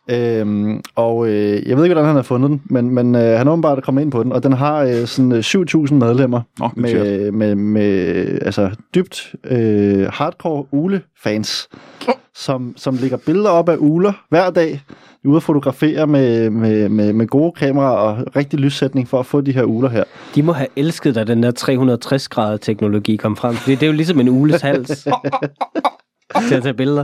Øhm, og øh, jeg ved ikke, hvordan han har fundet den, men, men øh, han er åbenbart kommet ind på den, og den har øh, sådan øh, 7.000 medlemmer
Nå, det er
med, øh, med, med altså, dybt øh, hardcore ule-fans, som, som lægger billeder op af uler hver dag, ude og fotografere med, med, med, med gode kameraer og rigtig lyssætning for at få de her uler her.
De må have elsket, da den der 360-grader teknologi kom frem. Fordi det er jo ligesom en ules hals til at tage billeder.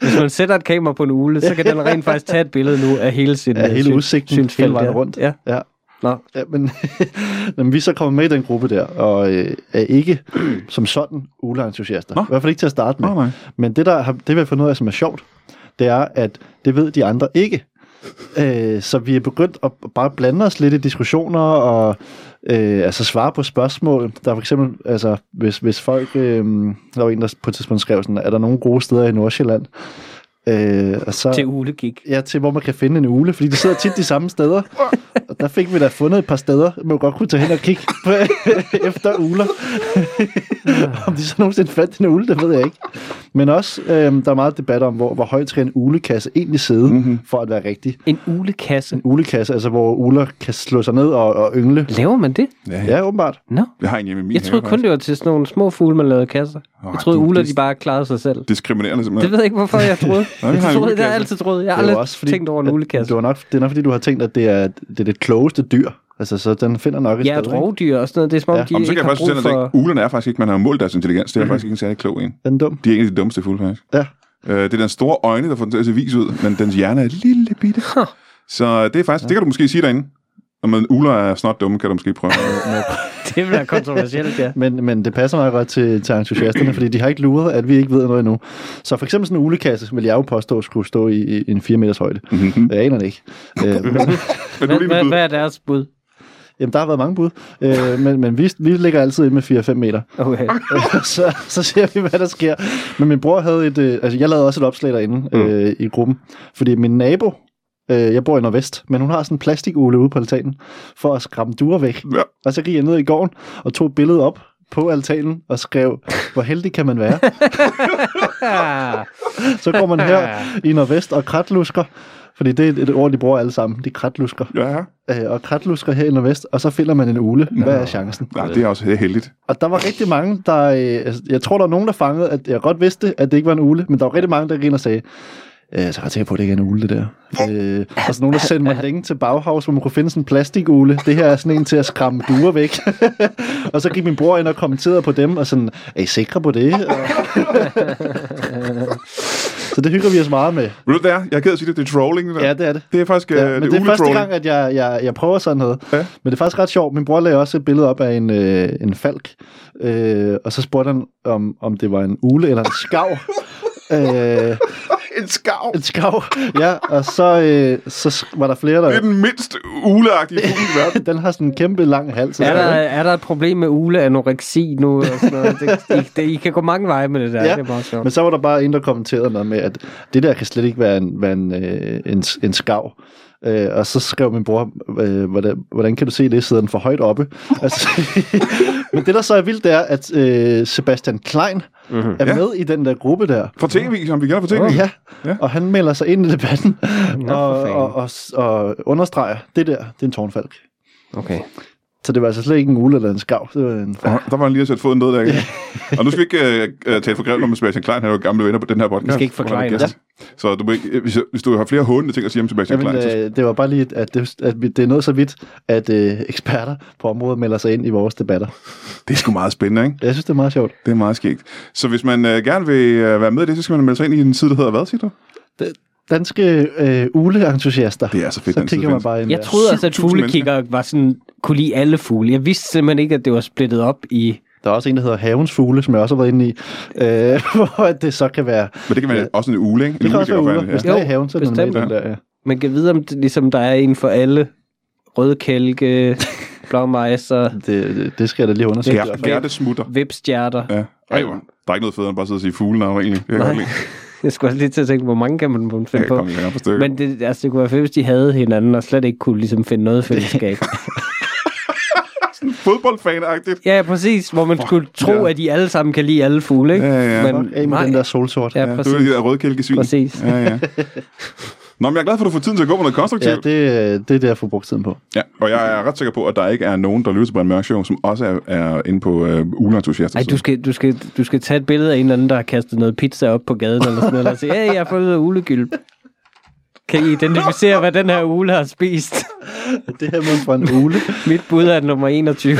Hvis man sætter et kamera på en ule, så kan den rent faktisk tage et billede nu af hele sin
Af
øh,
hele
syn-
udsigten hele
synsfelt,
vejen
ja.
rundt.
Ja.
Ja.
Nå.
Ja, men, men vi er så kommet med i den gruppe der, og øh, er ikke som sådan uleentusiaster.
Nå.
I hvert fald ikke til at starte med.
Nå, nej.
Men det, der har, det vi har fundet ud af, som er sjovt, det er, at det ved de andre ikke. Øh, så vi er begyndt at bare blande os lidt i diskussioner og øh, altså svare på spørgsmål. Der er for eksempel, altså, hvis, hvis folk... Øh, der var en, der på et tidspunkt skrev sådan, er der nogle gode steder i Nordsjælland? Øh, og så,
Til ulegik.
Ja, til hvor man kan finde en ule, fordi de sidder tit de samme steder. Og der fik vi da fundet et par steder, man godt kunne tage hen og kigge på, efter uler. om de så nogensinde fandt en ule, det ved jeg ikke. Men også, øhm, der er meget debat om, hvor, hvor højt skal en ulekasse egentlig sidde, mm-hmm. for at være rigtig.
En ulekasse.
Ulekasse, altså hvor uler kan slå sig ned og, og yngle.
Laver man det?
Ja, åbenbart.
Nå.
Jeg har en hjemme i min
Jeg troede
have,
kun, det var til sådan nogle små fugle, man lavede kasser. Jeg troede,
du-
uler,
det-
de bare klarede sig selv.
Diskriminerende
Det
simpelthen.
ved jeg ikke, hvorfor jeg troede.
Nå, vi
jeg
har en
troede, det har jeg
ulekasse.
altid troet. Jeg har
Det er
aldrig
jo
også, tænkt over en
Det,
ulekasse.
var nok, det er nok, fordi du har tænkt, at det er det, er det klogeste dyr. Altså, så den finder nok et
Ja,
sted.
et
ikke?
rovdyr og sådan noget. Det er som om,
Ja.
de
Jamen, så
ikke
kan jeg
har
faktisk
brug
fortælle dig,
for... Mhm.
at uglerne er faktisk ikke, man har målt deres intelligens. Det er faktisk ikke en særlig klog en.
Den er dum.
De er en af de dummeste fugle, faktisk.
Ja.
Øh, det er den store øjne, der får den til at se vis ud, men dens hjerne er et lille bitte. Så det er faktisk, ja. det kan du måske sige derinde. Når man uler er snart dumme, kan du måske prøve.
Det vil være kontroversielt, ja.
Men, men det passer meget godt til, til entusiasterne, fordi de har ikke luret, at vi ikke ved noget endnu. Så for eksempel sådan en ulekasse, vil jeg jo påstå, skulle stå i, i en 4 meters højde. Mm-hmm. Jeg aner det ikke. Øh, men,
Men du er
Hvad,
lige
hvad,
ved bud.
hvad er deres bud?
jamen, der har været mange bud, øh, men, men vi, vi ligger altid inde med 4-5 meter.
Okay.
Øh, så, så ser vi, hvad der sker. Men min bror havde et... Øh, altså, jeg lavede også et opslag derinde øh, i gruppen. Fordi min nabo... Øh, jeg bor i Nordvest, men hun har sådan en plastikugle ude på altanen, for at skræmme duer væk.
Ja.
Og så gik jeg ned i gården og tog et billede op på altanen og skrev, hvor heldig kan man være?
Ah,
Så går man her i Nordvest og kratlusker, fordi det er et ord, de bruger alle sammen, de kratlusker.
Ja,
Øh, og kratlusker her i Nordvest, og så finder man en ule. Hvad er chancen?
ja, det er også heldigt.
Og der var rigtig mange, der... Øh, altså, jeg tror, der var nogen, der fangede, at jeg godt vidste, at det ikke var en ule, men der var rigtig mange, der gik ind og sagde, øh, så er jeg sikker på, at det ikke er en ule, det der. Øh, og så nogen, der sendte mig længe til Bauhaus, hvor man kunne finde sådan en plastikugle. Det her er sådan en til at skræmme duer væk. og så gik min bror ind og kommenterede på dem, og sådan, er I sikre på det? Og... så det hygger vi os meget med.
Ved du hvad det er? Jeg er ked af at sige det, det er trolling. Det, der.
Ja, det er det.
det er faktisk ja,
Ja,
det,
men det er første
uletrolling.
gang, at jeg, jeg, jeg prøver sådan noget.
Ja.
Ja. Men det er faktisk ret sjovt. Min bror lagde også et billede op af en, øh, en falk, øh, og så spurgte han, om, om det var en ule eller en skav. øh,
En skav.
en skav, ja. Og så, øh, så sk- var der flere,
Det er
der...
den mindst uleagtige fugle i verden.
Den har sådan en kæmpe lang hals.
er,
og
der,
sådan noget,
er der et problem med ule anoreksi nu? Og sådan noget? Det, I, det, I kan gå mange veje med det der. Ja. Det er meget
ikke?
sjovt.
Men så var der bare en, der kommenterede noget med, at det der kan slet ikke være en, være en, øh, en, en skav. Øh, og så skrev min bror, øh, hvordan, hvordan kan du se det, sidder den for højt oppe? Altså, men det, der så er vildt, det er, at øh, Sebastian Klein
Mhm.
mm-hmm. er
Ja.
med i den der gruppe der.
Fra tv, som vi kender fra tv.
Ja,
Ja.
og han melder sig ind i debatten
Nå,
og,
for fanden.
og, og, og understreger, det der, det er en tårnfalk.
Okay.
Så det var altså slet ikke en ule eller en skav, det var en
Og Der var han lige at sætte foden ned der. ikke? og nu skal vi ikke uh, tale for grimt om Sebastian Klein, han er jo gamle venner på den her podcast.
Vi skal ikke forklare
Han er gæst. Så du må ikke, øh, hvis, hvis du har flere håndende ting at sige om Sebastian
Jamen,
Klein, så
øh, det var bare lige, at det, at vi- det er noget så vidt, at øh, eksperter på området melder sig ind i vores debatter.
det er sgu meget spændende, ikke?
Jeg synes, det er meget sjovt.
Det er meget skægt. Så hvis man øh, gerne vil øh, være med i det, så skal man melde sig ind i en side, der hedder hvad, siger du?
D- danske øh, uleentusiaster.
Det er så fedt,
Så
den side
kigger man
findes.
bare ind
Jeg
der.
troede altså, at
7.000
fuglekikker var sådan, kunne lide alle fugle. Jeg vidste simpelthen ikke, at det var splittet op i...
Der er også en, der hedder Havens Fugle, som jeg også har været inde i, øh, hvor at det så kan være...
Men det kan være ja. også en ule, ikke? En
Det kan
ule
også
kan godt
være uler.
være en- ja.
Hvis der er i
Jo,
haven, så er det
bestemt.
normalt den der, ja.
Man kan vide, om det, ligesom, der er en for alle. Rødkælke, blåmejser,
Det, det, det skal jeg da lige undersøge.
Gær- Gærte smutter.
vipstjerter.
Ja. Ej, hvor. Der er ikke noget federe end bare at sidde og sige fuglenavn, egentlig. Det kan jeg godt lide.
Jeg skulle også lige til at tænke, hvor mange kan man mon
Jeg
finde
kan
på?
komme længere på stykker.
Men det, altså, det kunne være fedt, hvis de havde hinanden og slet ikke kunne ligesom, finde noget fællesskab.
Fodboldfan-agtigt.
ja, ja, præcis. Hvor man skulle tro,
ja.
at de alle sammen kan lide alle fugle, ikke?
Ja, ja, ja.
Fuck af med den der solsort.
ja,
Ja, du er
præcis.
de der rødkælkesvin.
Præcis.
Ja, ja. Nå, men jeg er glad for, at du får tiden til at gå på noget konstruktivt.
ja det, øh, det er det, jeg får brugt tiden på.
Ja, og jeg er ret sikker på, at der ikke er nogen, der lytter til Brian Mørk Show, som også er, er inde på øh, uleentusiaster.
Ej, du skal, du, skal, du skal tage et billede af en eller anden, der har kastet noget pizza op på gaden eller sådan noget, og sige, hey, jeg har fundet ulegylp. Kan I identificere, hvad den her ule har spist?
Det her med fra en ule.
Mit bud er nummer 21.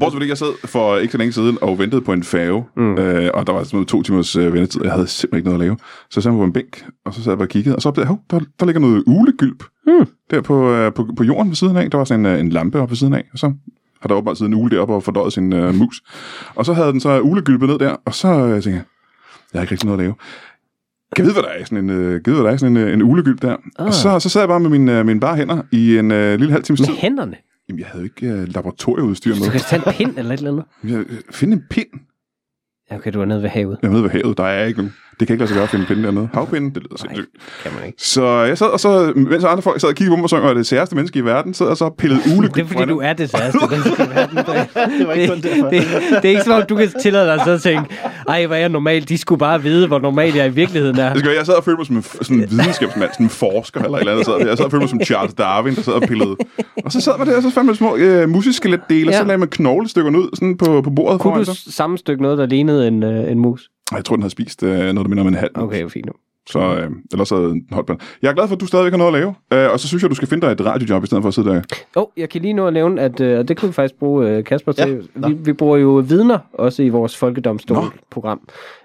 Bortset fra det, jeg sad for ikke så længe siden og ventede på en færge, mm. øh, og der var sådan noget to timers øh, ventetid, og jeg havde simpelthen ikke noget at lave. Så sad jeg på en bænk, og så sad jeg bare og kiggede, og så opdagede jeg, hov, der, der ligger noget ulegylp mm. der på, øh, på, på jorden ved siden af. Der var sådan en, øh, en lampe oppe ved siden af, og så har der åbenbart siddet en ule deroppe og fordøjet sin øh, mus. Og så havde den så ulegylpet ned der, og så øh, tænkte jeg, jeg har ikke rigtig noget at lave. Kan vide, hvad der er i sådan en, øh, kan vide, hvad der er i sådan en, øh, en ulegylp der. Ah. Og så, så sad jeg bare med mine, øh, mine bare hænder i en øh, lille halv times tid.
Med hænderne.
Jamen, jeg havde jo ikke øh, laboratorieudstyr med.
Du kan tage en pind eller et eller andet.
Jeg, øh, finde en pind?
Okay, du er nede ved havet.
Jeg ved ved havet, der er ikke nogen. Det kan ikke lade sig gøre at finde pinde dernede. Havpinde, det lyder
Nej,
sindssygt.
kan man ikke.
Så jeg sad, og så, mens andre folk sad og kiggede på mig og sang, og det særste menneske i verden, sad jeg så og pillede ule.
Det er fordi, du er det særste menneske i verden.
Det var ikke kun
Det,
derfor.
det, det, er ikke som om, du kan tillade dig at sidde og tænke, ej, hvor er jeg normal. De skulle bare vide, hvor normal jeg i virkeligheden er.
Jeg, skal, være- jeg sad og følte mig som en, f- sådan en videnskabsmand, sådan en forsker eller et eller andet. Sad der. Jeg sad og følte mig som Charles Darwin, der sad og pillede. Og så sad man der, og så fandt man små øh, musseskeletdele, og så
Ja.
lagde man knoglestykkerne ud sådan på, på bordet
Kunne
foran
du
sig.
sammenstykke noget, der lignede en, øh, en mus?
Og Jeg tror, den havde spist øh, noget, der minder om en halv.
Okay, jo, fint nu.
Så øh, ellers havde den holdt på den. Jeg er glad for, at du stadigvæk har noget at lave. Øh, og så synes jeg, du skal finde dig et radiojob, i stedet for at sidde der.
Oh, jeg kan lige nå at nævne, at øh, og det kunne vi faktisk bruge øh, Kasper til.
nå.
Ja, vi, vi bruger jo vidner også i vores folkedomstolprogram,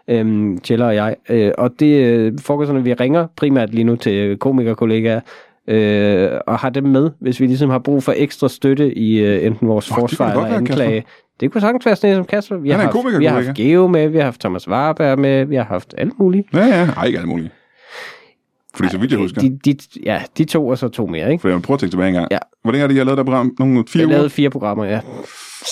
øhm, Tjeller og jeg. Øh, og det øh, foregår sådan, at vi ringer primært lige nu til øh, komikerkollegaer, øh, og har dem med, hvis vi ligesom har brug for ekstra støtte i øh, enten vores
Åh,
oh,
det kunne
forsvar
det godt
eller
være, Kasper.
anklage. Det kunne sagtens være sådan en som Kasper. Vi har,
Han er en
haft, vi har haft Geo med, vi har haft Thomas Warberg med, vi har haft alt muligt.
Ja, ja. Ej, ikke alt muligt. Fordi så vidt jeg husker.
De, de, ja, de to og så to mere, ikke?
For jeg prøver at tænke tilbage engang.
Ja.
Hvor længe har det, jeg lavet det her program? Nogle fire
Jeg
uger?
lavede fire programmer, ja.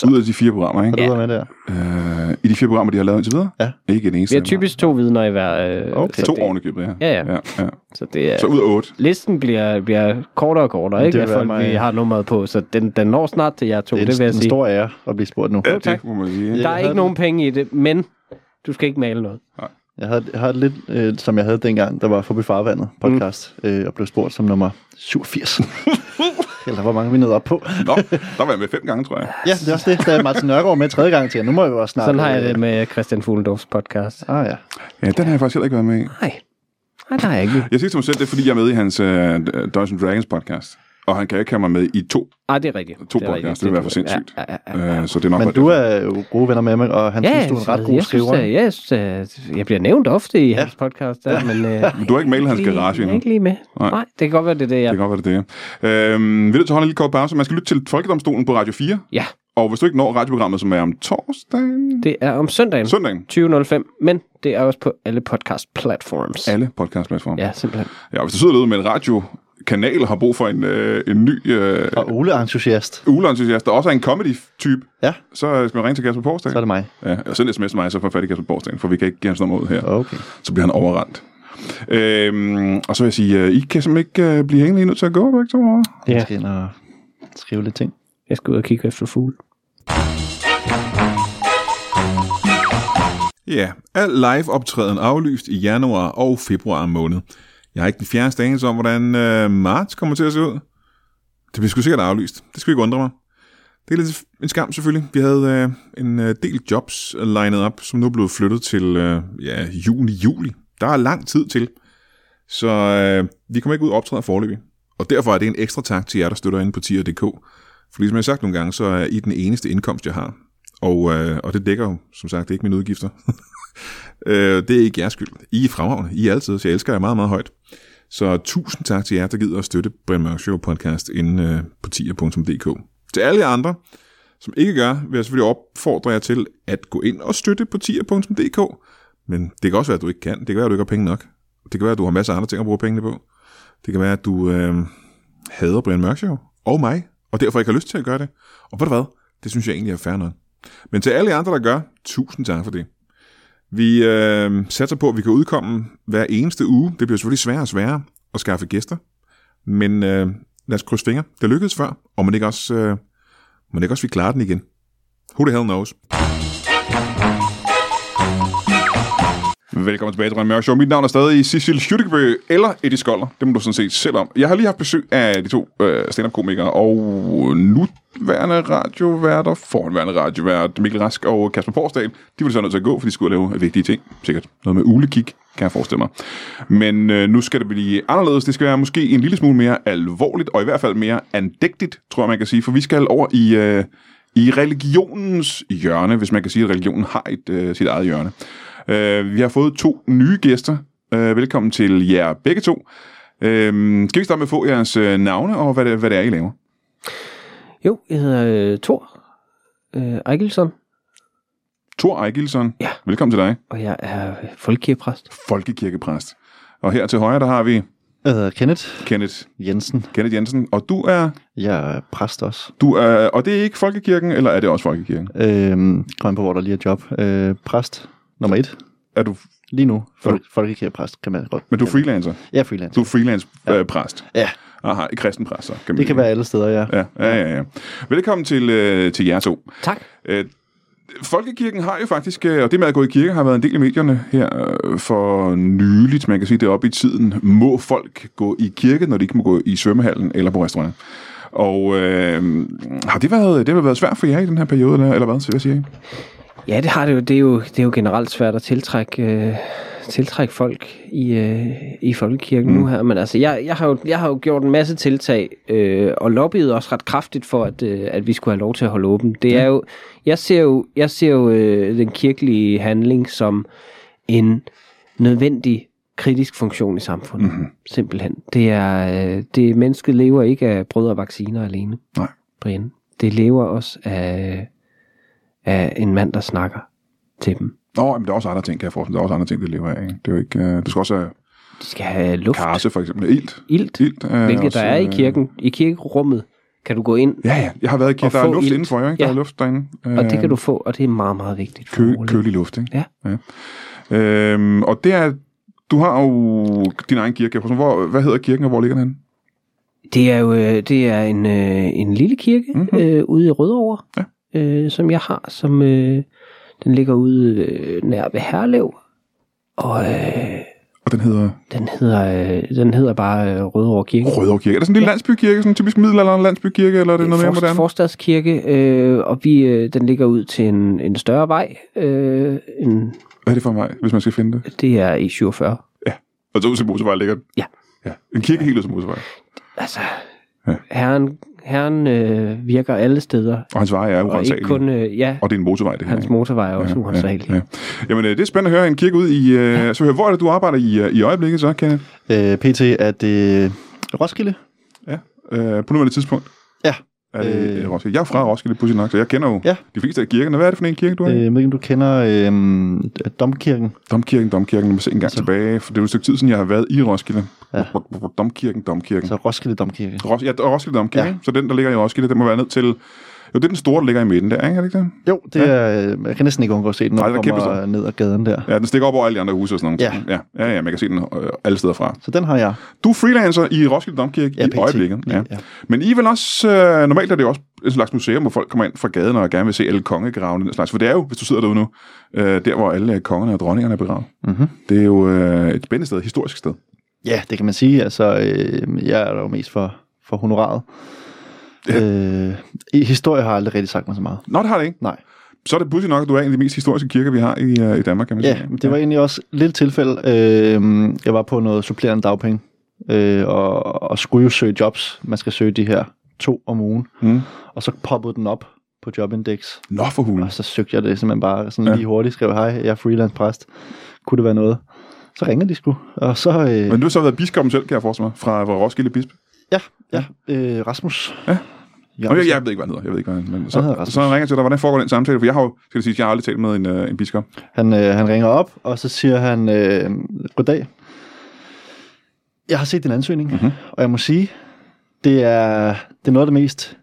Ud af de fire programmer, ikke?
Og du ja. med der.
Øh, I de fire programmer, de har lavet indtil videre?
Ja.
Ikke en eneste.
Vi har typisk to vidner i hver. Øh,
Okay.
af dem. To
det-
år købet, ja.
Ja, ja.
ja, ja.
Så det er,
Så ud af otte.
listen bliver, bliver kortere og kortere, ikke?
vil
Det
være
folk,
mig-
vi har nummeret på, så den, den når snart til jer to,
Det er
det,
en,
det vil jeg
en
sige.
stor ære at blive spurgt nu.
Ja,
tak.
det må man sige. ikke?
Ja.
Der er
Jeg havde
ikke nogen penge i det, men du skal ikke male noget.
Jeg har, jeg har lidt, øh, som jeg havde dengang, der var Forbi Farvandet podcast, mm. øh, og blev spurgt som nummer 87. Eller hvor mange vi nåede op på.
Nå, der var jeg med fem gange, tror jeg.
Ja, det er også det, da Martin Nørgaard med tredje gang til, nu må jeg jo også snart...
Sådan har jeg
øh,
det med Christian Fuglendorfs podcast.
Ah ja.
Ja, den har jeg faktisk heller ikke været med i.
Nej, nej, der er jeg ikke.
Jeg siger til mig selv, det er fordi, jeg er med i hans uh, Dungeons and Dragons podcast. Og han kan ikke have mig med i to,
Ah, det er rigtigt.
to
det er rigtigt.
podcasts. Det vil være for sindssygt.
Ja, ja, ja.
Øh, så det er nok
Men
bare
du
derfor.
er jo gode venner med mig, og han ja, synes, du er en ret god
jeg synes,
skriver.
at, jeg, synes, at jeg bliver nævnt ofte i ja. hans podcast, der, men øh,
Du har ikke malet hans
lige-
garage
jeg er
endnu.
ikke lige med. Nej. Nej, det kan godt være, det er det,
Det
jeg...
kan godt være, det er det. Øhm, vi er nødt til at holde en lille kort pause. Man skal lytte til Folkedomstolen på Radio 4.
Ja,
Og hvis du ikke når radioprogrammet, som er om torsdagen...
det er om søndagen,
Søndagen.
20.05, men det er også på alle podcast-platforms.
Alle podcastplatforme.
Ja, simpelthen.
Ja, hvis du sidder derude med en radiokanal og har brug for en, øh, en ny øh,
Og Ole er entusiast.
uleentusiast, der også er en comedy-type,
Ja,
så øh, skal man ringe til Kasper Porsdag.
så er det mig.
Ja, og send sms til mig, så får jeg fat i Kasper Borgsten, for vi kan ikke give hans nummer ud her.
Okay.
Så bliver han overrendt. Øhm, og så vil jeg sige, øh, I kan simpelthen ikke øh, blive hængende, I er nødt til at gå, begge to. hva'?
Ja.
Jeg skal ind og skrive lidt ting.
Jeg skal ud og kigge efter fugle.
Ja, al live-optræden aflyst i januar og februar måned. Jeg har ikke den fjerde anelse om, hvordan øh, marts kommer til at se ud. Det bliver sgu sikkert aflyst. Det skal vi ikke undre mig. Det er lidt en skam selvfølgelig. Vi havde øh, en øh, del jobs øh, lined op, som nu er blevet flyttet til øh, ja, juni-juli. Der er lang tid til. Så øh, vi kommer ikke ud og optræder forløbig. Og derfor er det en ekstra tak til jer, der støtter inde på tier.dk. For ligesom jeg har sagt nogle gange, så er I den eneste indkomst, jeg har. Og, øh, og det dækker jo, som sagt, det er ikke mine udgifter. øh, det er ikke jeres skyld. I er fremragende. I er altid, så jeg elsker jer meget, meget højt. Så tusind tak til jer, der gider at støtte Brian Mørk Show podcast inde øh, på tier.dk. Til alle jer andre, som ikke gør, vil jeg selvfølgelig opfordre jer til at gå ind og støtte på tier.dk. Men det kan også være, at du ikke kan. Det kan være, at du ikke har penge nok. Det kan være, at du har masser af andre ting at bruge pengene på. Det kan være, at du øh, hader Brian Mørk Show og mig, og derfor ikke har lyst til at gøre det. Og ved du hvad? Det synes jeg egentlig er fair nok. Men til alle jer andre, der gør, tusind tak for det. Vi øh, satser på, at vi kan udkomme hver eneste uge. Det bliver selvfølgelig sværere og sværere at skaffe gæster. Men øh, lad os krydse fingre. Det lykkedes før, og man ikke også, øh, man ikke også vi klarer den igen. Who the hell knows?
Velkommen tilbage til Rønne Mørk Show. Mit navn er stadig Cecil Schüttekbø eller Eddie Skoller. Det må du sådan set selv om. Jeg har lige haft besøg af de to øh, stand-up-komikere og nuværende radioværter, forhåndværende radiovært Mikkel Rask og Kasper Porsdal. De var så nødt til at gå, for de skulle ud og lave vigtige ting. Sikkert noget med ulekik, kan jeg forestille mig. Men øh, nu skal det blive anderledes. Det skal være måske en lille smule mere alvorligt, og i hvert fald mere andægtigt, tror jeg, man kan sige. For vi skal over i... Øh, i religionens hjørne, hvis man kan sige, at religionen har et, øh, sit eget hjørne. Øh, vi har fået to nye gæster. Øh, velkommen til jer begge to. Øh, skal vi starte med at få jeres øh, navne og hvad det, hvad det er, I laver?
Jo, jeg hedder øh, Thor øh, Eichelsson,
Thor Ejgilsson,
Ja.
velkommen til dig.
og jeg er folkekirkepræst.
Folkekirkepræst. Og her til højre, der har vi
Jeg hedder Kenneth
Kenneth,
Jensen.
Kenneth Jensen. Og du er,
Jeg er præst også.
du
Øhm,
er... Og det er ikke Folkekirken, eller er det også Folkekirken?
Øh, kom an på, hvor der lige er job. Øh, præst. nummer et
Er du,
lige nu. Folk, folkekirke præst, kan man godt.
men du er freelancer.
Jeg er freelancer.
Du er freelance-præst.
Ja,
Aha, ikke kristen præst, så. Kan man
det kan
sige.
være alle steder, ja.
Ja, ja, ja, ja. Velkommen til, øh, til jer to.
Tak.
Øh, Folkekirken har jo faktisk, øh, og det med at gå i kirke har været en del af medierne her øh, for nyligt, man kan sige det er oppe i tiden, må folk gå i kirke, når de ikke må gå i svømmehallen eller på restauranten. Og øh, har det været, det har været svært for jer i den her periode, eller, eller hvad, hvad siger I?
Ja, det har det jo. Det er jo, det er jo generelt svært at tiltrække, øh, tiltrække folk i, øh, i folkekirken mm. nu her. Men altså, jeg, jeg, har jo, jeg har jo gjort en masse tiltag, øh, og lobbyet også ret kraftigt for, at, øh, at vi skulle have lov til at holde åben. Det er jo, jeg ser jo, jeg ser jo øh, den kirkelige handling som en nødvendig kritisk funktion i samfundet.
Mhm.
Mm-hmm. Simpelthen. Det er, øh, det mennesket lever ikke af brød og vacciner alene.
Nej.
Brian. Det lever også af, af en mand, der snakker til dem.
Nå, men der er også andre ting, kan jeg forestille mig. Der er også andre ting, det lever af. Ikke? Det er jo ikke, øh, du skal også have
De skal have luft,
karse, for eksempel. Ilt.
ilt,
Ilt er
hvilket
også,
der er i
øh,
kirken. I kirkerummet kan du gå ind,
Ja, ja. Jeg har været i
Og
kirke. Der er
få
luft
ilt.
indenfor, ikke? Der
Ja.
er luft derinde.
og det kan du få, og det er meget, meget vigtigt. for
Kø,
overlevelsen.
kølig luft, ikke?
Ja.
ja. Øhm, og det er, du har jo din egen kirke. Hvor, hvad hedder kirken, og hvor ligger den henne?
Det er jo øh, det er en, øh, en lille kirke mm-hmm. øh, ude i Rødovre,
Mhm. Ja.
øh, som jeg har, som øh, den ligger ude øh, nær ved Herlev. Og øh,
Og den hedder
den, hedder, øh, den hedder bare øh, Rødovre Kirke.
Rødovre Kirke. Er det sådan en lille ja. landsbykirke, sådan en typisk middelalderens landsbykirke, eller er det noget mere
Forst-
moderne?
Forstadskirke, øh, og vi, øh, den ligger ud til en, en større vej. Øh, en,
Hvad er det for en vej, hvis man skal finde det?
det er i 47.
Og så ud til motorvej ligger den?
Ja.
ja. En kirke helt ud til motorvej.
Altså,
Ja.
herren, herren øh, virker alle steder.
Og hans veje er
Og ikke
urensagelig.
kun, øh, ja,
Og det er en motorvej, det her.
hans
ikke?
motorvej er også ja,
Ja, ja. Jamen, øh, det er spændende at høre en kirke ud i... Øh, ja. Så hør, hvor er det, du arbejder i, øh, i øjeblikket så, Kenneth?
Øh, PT er det Roskilde.
Ja. Øh, på nuværende tidspunkt.
Ja,
Er det,
Øh.
øh, Roskilde. Jeg er fra Roskilde, pudsigt nok, så jeg kender jo ja.
Ja.
de fleste af kirkerne. Hvad er det for en kirke, du har?
øh,
Øh.
jeg ved ikke, om du kender øh, Domkirken.
Domkirken, Domkirken, må se en gang så. tilbage, for det er jo et stykke tid siden, jeg har været i Roskilde. Ja.
Ja.
Domkirken, Domkirken.
Så Altså, Roskilde Domkirke.
Ros- ja, Roskilde Domkirke,
Ja.
ja. så den, der ligger i Roskilde, den må være ned til... Jo, det er den store, der ligger i midten der, ikke? Er det ikke det?
Jo, det ja. er, øh, jeg kan næsten ikke undgå at se den, når
Nej,
Nej,
den er
den kommer ned ad gaden der. Ja.
Ja, den stikker op over alle de andre huse og sådan noget.
Ja.
ja. Ja, ja, man kan se den øh, alle steder fra.
Så den har jeg.
Du er freelancer i Roskilde Domkirke
Ja,
i
PT.
øjeblikket. Ja.
Ja.
ja. Men I er vel også... Øh, normalt er det jo også en slags museum, hvor folk kommer ind fra gaden og gerne vil se alle kongegravene. og Den slags. For det er jo, hvis du sidder derude nu, øh, der hvor alle øh, kongerne og dronningerne er begravet.
Mm-hmm.
Det er jo øh, et spændende sted, et historisk sted.
Ja, det kan man sige. Altså, øh, jeg er der jo mest for, for honoraret. Øh, i- historie har aldrig rigtig sagt mig så meget.
Nå, det har det ikke.
Nej.
Så er det pludselig nok, at du er en af de mest historiske kirker, vi har i, øh, i Danmark, kan man
Ja,
sige.
men det var egentlig også et lille tilfælde. Øh, jeg var på noget supplerende dagpenge, øh, og, og skulle jo søge jobs. Man skal søge de her to om ugen.
Mm.
Og så poppede den op på Jobindex,
Nå, for hulen.
og så søgte jeg det simpelthen bare sådan
Mm. Ja.
ja. lige hurtigt. Skrev, hej, jeg er freelance præst. Kunne det være noget? Så ringer de sgu, og så... Øh,
Men du har så været biskoppen selv, kan jeg forestille mig, fra, fra Roskilde Bisp.
Ja, ja. Øh, Rasmus.
Ja.
Jørgensen.
Nå, jeg, jeg ved ikke, hvad han hedder. Jeg ved ikke, hvad han, men så,
hedder Rasmus.
så ringer jeg til dig, hvordan foregår den samtale? For jeg har jo, skal jeg sige, jeg har aldrig talt med en, øh, en biskop.
Han, øh, han ringer op, og så siger han, øh, goddag, jeg har set din ansøgning,
Mhm.
mm-hmm. og jeg må sige, det er, det er noget af det mest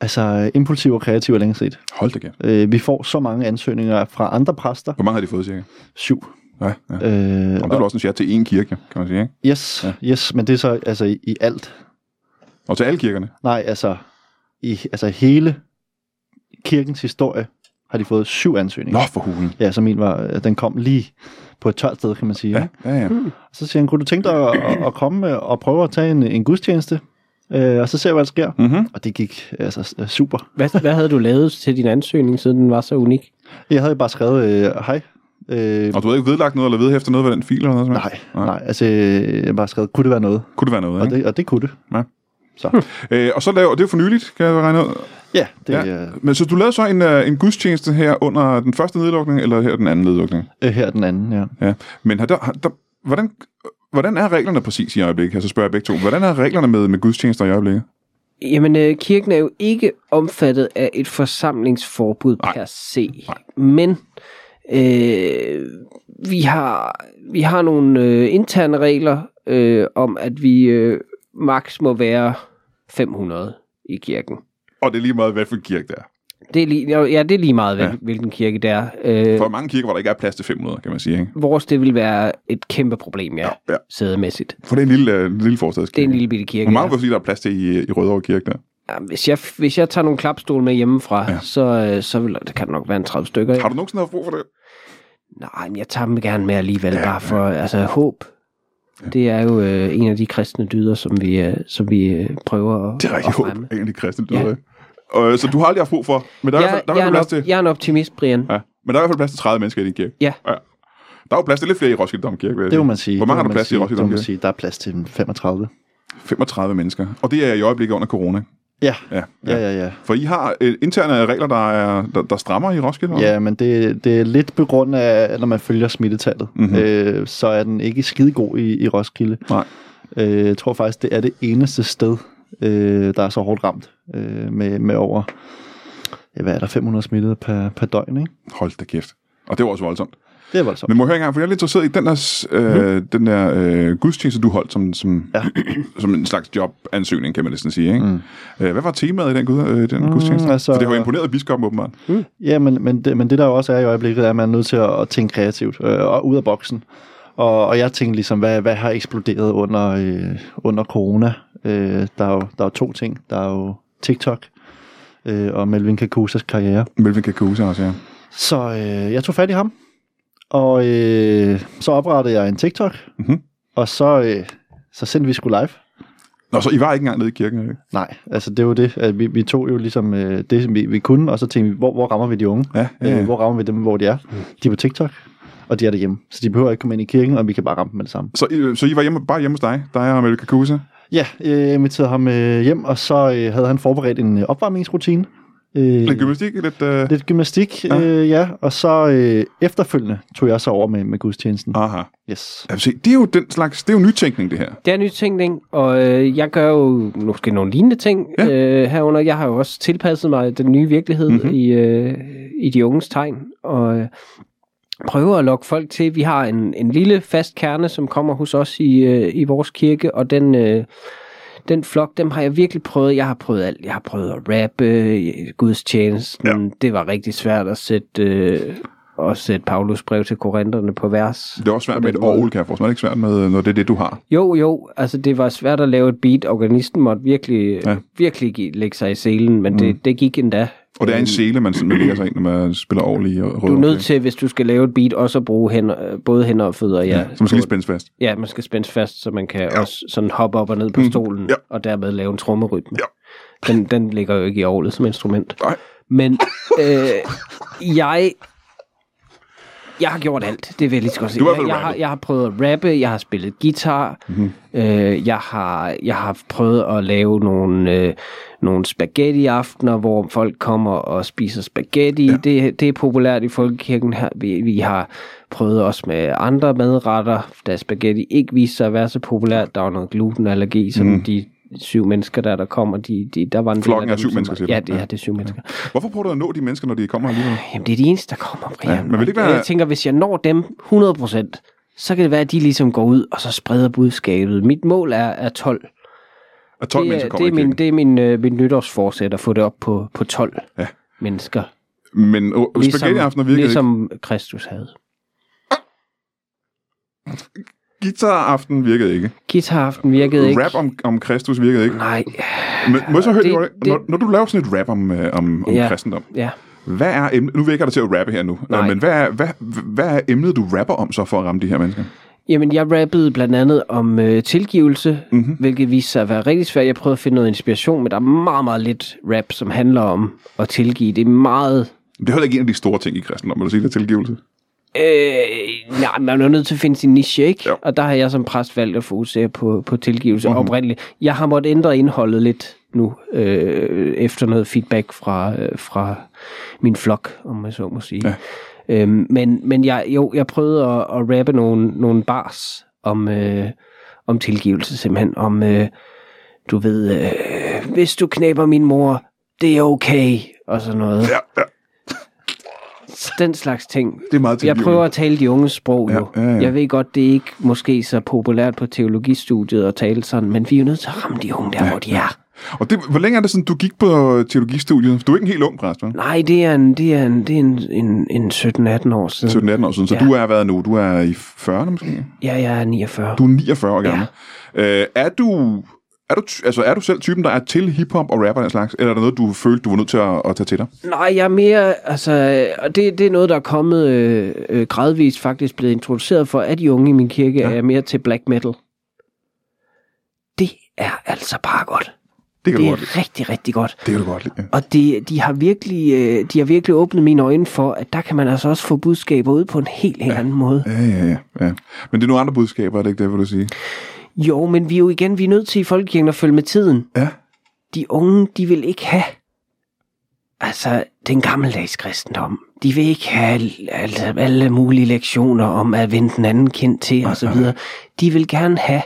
altså, impulsive og kreative, jeg længe har set.
Hold da kæft.
Øh, vi får så mange ansøgninger fra andre præster.
Hvor mange har de fået, cirka?
Syv.
Ja, ja. Og
Øh,
det er vel også en chat til én kirke, kan man sige, ikke?
yes, ja. yes, men det er så altså, i, i alt.
Og til alle kirkerne.
Nej, altså i altså, hele kirkens historie har de fået syv ansøgninger.
Nå, for hulen.
Ja, så min var, øh, den kom lige på et tørt sted, kan man sige.
Ja, ja, ja.
Så siger han, kunne du tænke dig at, at, at komme øh, og prøve at tage en, en gudstjeneste? Øh, og så ser vi, hvad der sker.
Mm-hmm.
Og det gik altså s- øh, super.
Hvad, hvad havde du lavet til din ansøgning, siden den var så unik?
Jeg havde jo bare skrevet, øh, hej. Øh,
Og du havde ikke vedlagt noget, eller vedhæftet noget ved den fil, eller noget som helst?
nej, nej, altså øh, jeg har bare skrevet, kunne det være noget?
Kunne det være noget,
Og
ikke?
det, og det kunne det.
Ja.
Så
Øh, og så laver, det er jo for nyligt, kan jeg regne ud.
ja, det, øh,
Ja.
ja.
Men så du lavede så en, øh, en gudstjeneste her under den første nedlukning, eller her den anden nedlukning?
Øh, her er den anden, ja.
Ja, men har der, har der, hvordan, hvordan er reglerne præcis i øjeblikket? Altså spørger jeg begge to. Hvordan er reglerne med, med gudstjenester i øjeblikket?
Jamen, øh, kirken er jo ikke omfattet af et forsamlingsforbud
Nej.
per se. Nej. Men øh, vi, har, vi har nogle øh, interne regler øh, om, at vi øh, maks må være 500 i kirken.
Og det er lige meget, hvad for en kirke det er.
Det er lige, ja, det er lige meget, hvil, ja. hvilken kirke det er. Øh,
For mange kirker, hvor der ikke er plads til 500, kan man sige. Ikke?
vores, det vil være et kæmpe problem, ja,
ja.
ja. sædemæssigt.
For det er en lille, øh, lille forstadskirke.
Det er en lille bitte kirke.
Hvor mange
ja.
vil sige, der er plads til i, i Rødovre Kirke der?
Ja, hvis, jeg, hvis jeg tager nogle klapstole med hjemmefra, ja. så, øh, så vil, der kan der nok være en 30 stykker.
Har du nogensinde haft brug for det?
Nej, men jeg tager dem gerne med alligevel, ja, bare for altså, håb. Ja. Det er jo øh, en af de kristne dyder, som vi, øh, som vi øh, prøver at,
Det er
at
rigtig håb,
fremme.
egentlig kristen. Ja. Øh, så du har aldrig haft brug for, men der er, i hvert
Jeg,
fald- der er, i
jeg, er
hvert fald
en
plads til,
op, jeg er en optimist, Brian.
ja. men der er i hvert fald plads til 30 mennesker i din kirke.
Ja.
Der er jo plads til lidt flere i Roskilde Domkirke. vil jeg
Det må
sige.
man sige.
Hvor mange har
Det
der
må man
plads til i
sige.
Roskilde
Det må man
Domkirke?
sige. Der er plads til 35.
35 mennesker. Og det er i øjeblikket under corona.
Ja,
Ja.
ja, ja. ja.
For I har øh, interne regler, der, er, der, der strammer i Roskilde? eller
Ja, men det, det er lidt på grund af, at når man følger smittetallet,
Mhm.
mm-hmm. øh, så er den ikke skide god i, i Roskilde.
Nej.
Øh, jeg tror faktisk, det er det eneste sted, øh, der er så hårdt ramt øh, med, med over, ja, hvad er der, 500 smittede per, per døgn, ikke?
hvad? Hold da kæft. Og det var også voldsomt.
Det er voldsomt.
Men må jeg høre engang, for jeg er lidt interesseret i den der, øh, mm. den der øh, gudstjeneste, du holdt som, som, ja.
Ja.
som en slags jobansøgning, kan man næsten sige. Ikke? Mm. Øh, hvad var temaet i den, gud, øh, den mm, gudstjeneste? Altså,
altså-
for det har jo imponeret biskoppen åbenbart. Mm.
Ja, men, men, det, men det der jo også er i øjeblikket, er, at man er nødt til at, at tænke kreativt øh, og ud af boksen. Og, og jeg tænkte ligesom, hvad, hvad har eksploderet under, øh, under corona? Øh, der, er jo, der er jo to ting. Der er jo TikTok øh, og Melvin Kakusas karriere.
Melvin Kakusa også, ja.
Så øh, jeg tog fat i ham, og øh, så oprettede jeg en TikTok,
Mhm.
mm-hmm. og så, øh, så sendte vi sgu live.
Nå, så I var ikke engang nede i kirken? Ikke?
Nej, altså det var det. At vi, vi tog jo ligesom øh, det, som vi, vi kunne, og så tænkte vi, hvor, hvor rammer vi de unge?
Ja, ja, ja.
Øh, hvor rammer vi dem, hvor de er? De er på TikTok, og de er derhjemme. Så de behøver ikke komme ind i kirken, og vi kan bare ramme dem med det samme.
Så, I, så I var hjemme, bare hjemme hos dig, dig og Melvin Kakusa?
Ja, øh, inviterede ham øh, hjem, og så øh, havde han forberedt en øh, opvarmningsrutine. Øh,
Lidt gymnastik, lidt... Øh...
lidt gymnastik, ja. Øh, ja. Og så øh, efterfølgende tog jeg så over med, med gudstjenesten.
Aha.
Yes.
Ja, se, det er jo den slags, det er jo nytænkning, det her.
Det er nytænkning, og øh, jeg gør jo måske nogle lignende ting ja. øh, herunder. Jeg har jo også tilpasset mig den nye virkelighed mm-hmm. i, øh, i de unges tegn, og øh, prøver at lokke folk til. Vi har en, en lille fast kerne, som kommer hos os i, øh, i vores kirke, og den... Øh, den flok, dem har jeg virkelig prøvet. Jeg har prøvet alt. Jeg har prøvet at rappe, øh, gudstjenesten. Ja. Det var rigtig svært at sætte, øh, at sætte Paulus brev til korinterne på vers.
Det er også svært med et orgel, kan jeg forstå. Det er ikke svært med, når det er det, du har.
Jo, jo, altså det var svært at lave et beat. Organisten måtte virkelig,
Ja.
ja. Mm. virkelig gi- lægge sig i selen, men det, det gik endda.
Og det er en sele, man simpelthen lægger sig ind, når man spiller orgel i rød.
Du er nødt til, hvis du skal lave et beat, også at bruge hænder, øh, både hænder og fødder. Ja,
Så man skal lige spændes fast.
ja man skal spændes fast, så man kan ja. også sådan hoppe op og ned på stolen,
Ja.
ja. og dermed lave en trommerytme.
Ja.
Den, den ligger jo ikke i orglet som instrument.
Nej.
Men øh, jeg... Jeg har gjort alt, det vil jeg lige så godt sige.
Du har i hvert
jeg,
fald
jeg, har,
rappet. Mhm.
jeg har prøvet at rappe, jeg har spillet guitar, mm-hmm. øh, jeg, har, jeg har prøvet at lave nogle, øh, nogle spaghetti-aftener, hvor folk kommer og spiser spaghetti. Ja. Det, det er populært i folkekirken her. Vi, vi har prøvet også med andre madretter, da spaghetti ikke viste sig at være så populært. Der var noget glutenallergi, som mm. de syv mennesker der, der kommer, de, de, der var en del
Mhm. Flokken
af
er
dem,
syv
som
mennesker,
var-
siger du?
Ja, det, ja, det er syv mennesker.
Hvorfor prøver du at nå de mennesker, når de kommer her lige nu?
Jamen, det er de eneste, der kommer, Brian.
Ja, men vil det ikke
Og
være-
Jeg tænker, hvis jeg når dem 100%, så kan det være, at de ligesom går ud, og så spreder budskabet. Mit mål er, er 12.
At 12
det,
mennesker
er,
kommer
det, er
i
min,
kirken.
det er min, øh, min nytårsforsæt at få det op på, på 12 ja. mennesker.
Men uh, spaghetti aftener virkede ligesom...
ligesom Kristus havde.
ikke. Guitar aften virkede ikke.
Guitaraften virkede ikke.
Rap om, om Kristus virkede ikke.
Nej,
Men må jeg så høre,
det-
det,
det-
når, når du laver sådan et rap om, øh, om, om
Ja.
kristendom,
ja.
hvad er emnet? Nu vækker jeg dig til at rappe her nu.
Nej.
Øh, Men hvad er, hvad, hvad er emnet, du rapper om så for at ramme de her mennesker?
Jamen, jeg rappede blandt andet om øh, tilgivelse, mm-hmm.
Mhm.
hvilket viste sig at være rigtig svært. Jeg prøvede at finde noget inspiration, men der er meget, meget lidt rap, som handler om at tilgive. Det er meget
Det er heller ikke en af de store ting i kristendom, vil du sige, det er tilgivelse.
Øh, nej, man er jo nødt til at finde sin niche, ikke?
Jo.
Jo. Og der har jeg som præst valgt at fokusere på, på tilgivelse mm-hmm. oprindeligt. Jeg har måttet ændre indholdet lidt nu, øh, efter noget feedback fra, øh, fra min flok, om man så må sige. Ja. Øhm, men men jeg, jo, jeg prøvede at, at rappe nogle, nogle bars om, øh, om tilgivelse, simpelthen. Om, øh, du ved, øh, hvis du knæber min mor, det er okay, og sådan noget.
Ja, ja.
Den slags ting.
Det er meget
Jeg
tilgivende.
prøver at tale de unges sprog
Ja,
jo.
ja, ja.
Jeg ved godt, det er ikke måske så populært på teologistudiet at tale sådan, men vi er jo nødt til at ramme de unge der, ja, hvor de er.
Og det, hvor længe er det sådan, du gik på teologistudiet? Du er ikke en helt ung præst, vel?
Nej, det er en, det er en, det er en, en, en 17-18 år siden.
17-18 år siden, så
Ja.
du er været nu, du er i 40'erne måske?
Ja, jeg er 49.
Du er 49 år gammel. Ja. Øh, er du... Er du, ty- altså, er du selv typen, der er til hiphop og rapper og den slags? Eller er der noget, du følte, du var nødt til at, at tage til dig?
Nej, jeg er mere, altså, øh, og det, det er noget, der er kommet øh, øh, gradvist faktisk blevet introduceret for, at de unge i min kirke ja. er mere til black metal. Det er altså bare godt.
Det kan
Det
du
er
godt lide.
rigtig, rigtig godt.
Det kan du godt lide. ja.
Og det, de, har virkelig, øh, de har virkelig åbnet mine øjne for, at der kan man altså også få budskaber ud på en helt, helt anden måde.
Ja, ja, ja, ja. Men det er nogle andre budskaber, er det ikke det, vil du sige?
Jo, men vi er jo igen, vi er nødt til i folkekirken at følge med tiden.
Ja.
De unge, de vil ikke have, altså den gammeldags kristendom. De vil ikke have alle, alle mulige lektioner om at vende den anden kind til og så videre. De vil gerne have,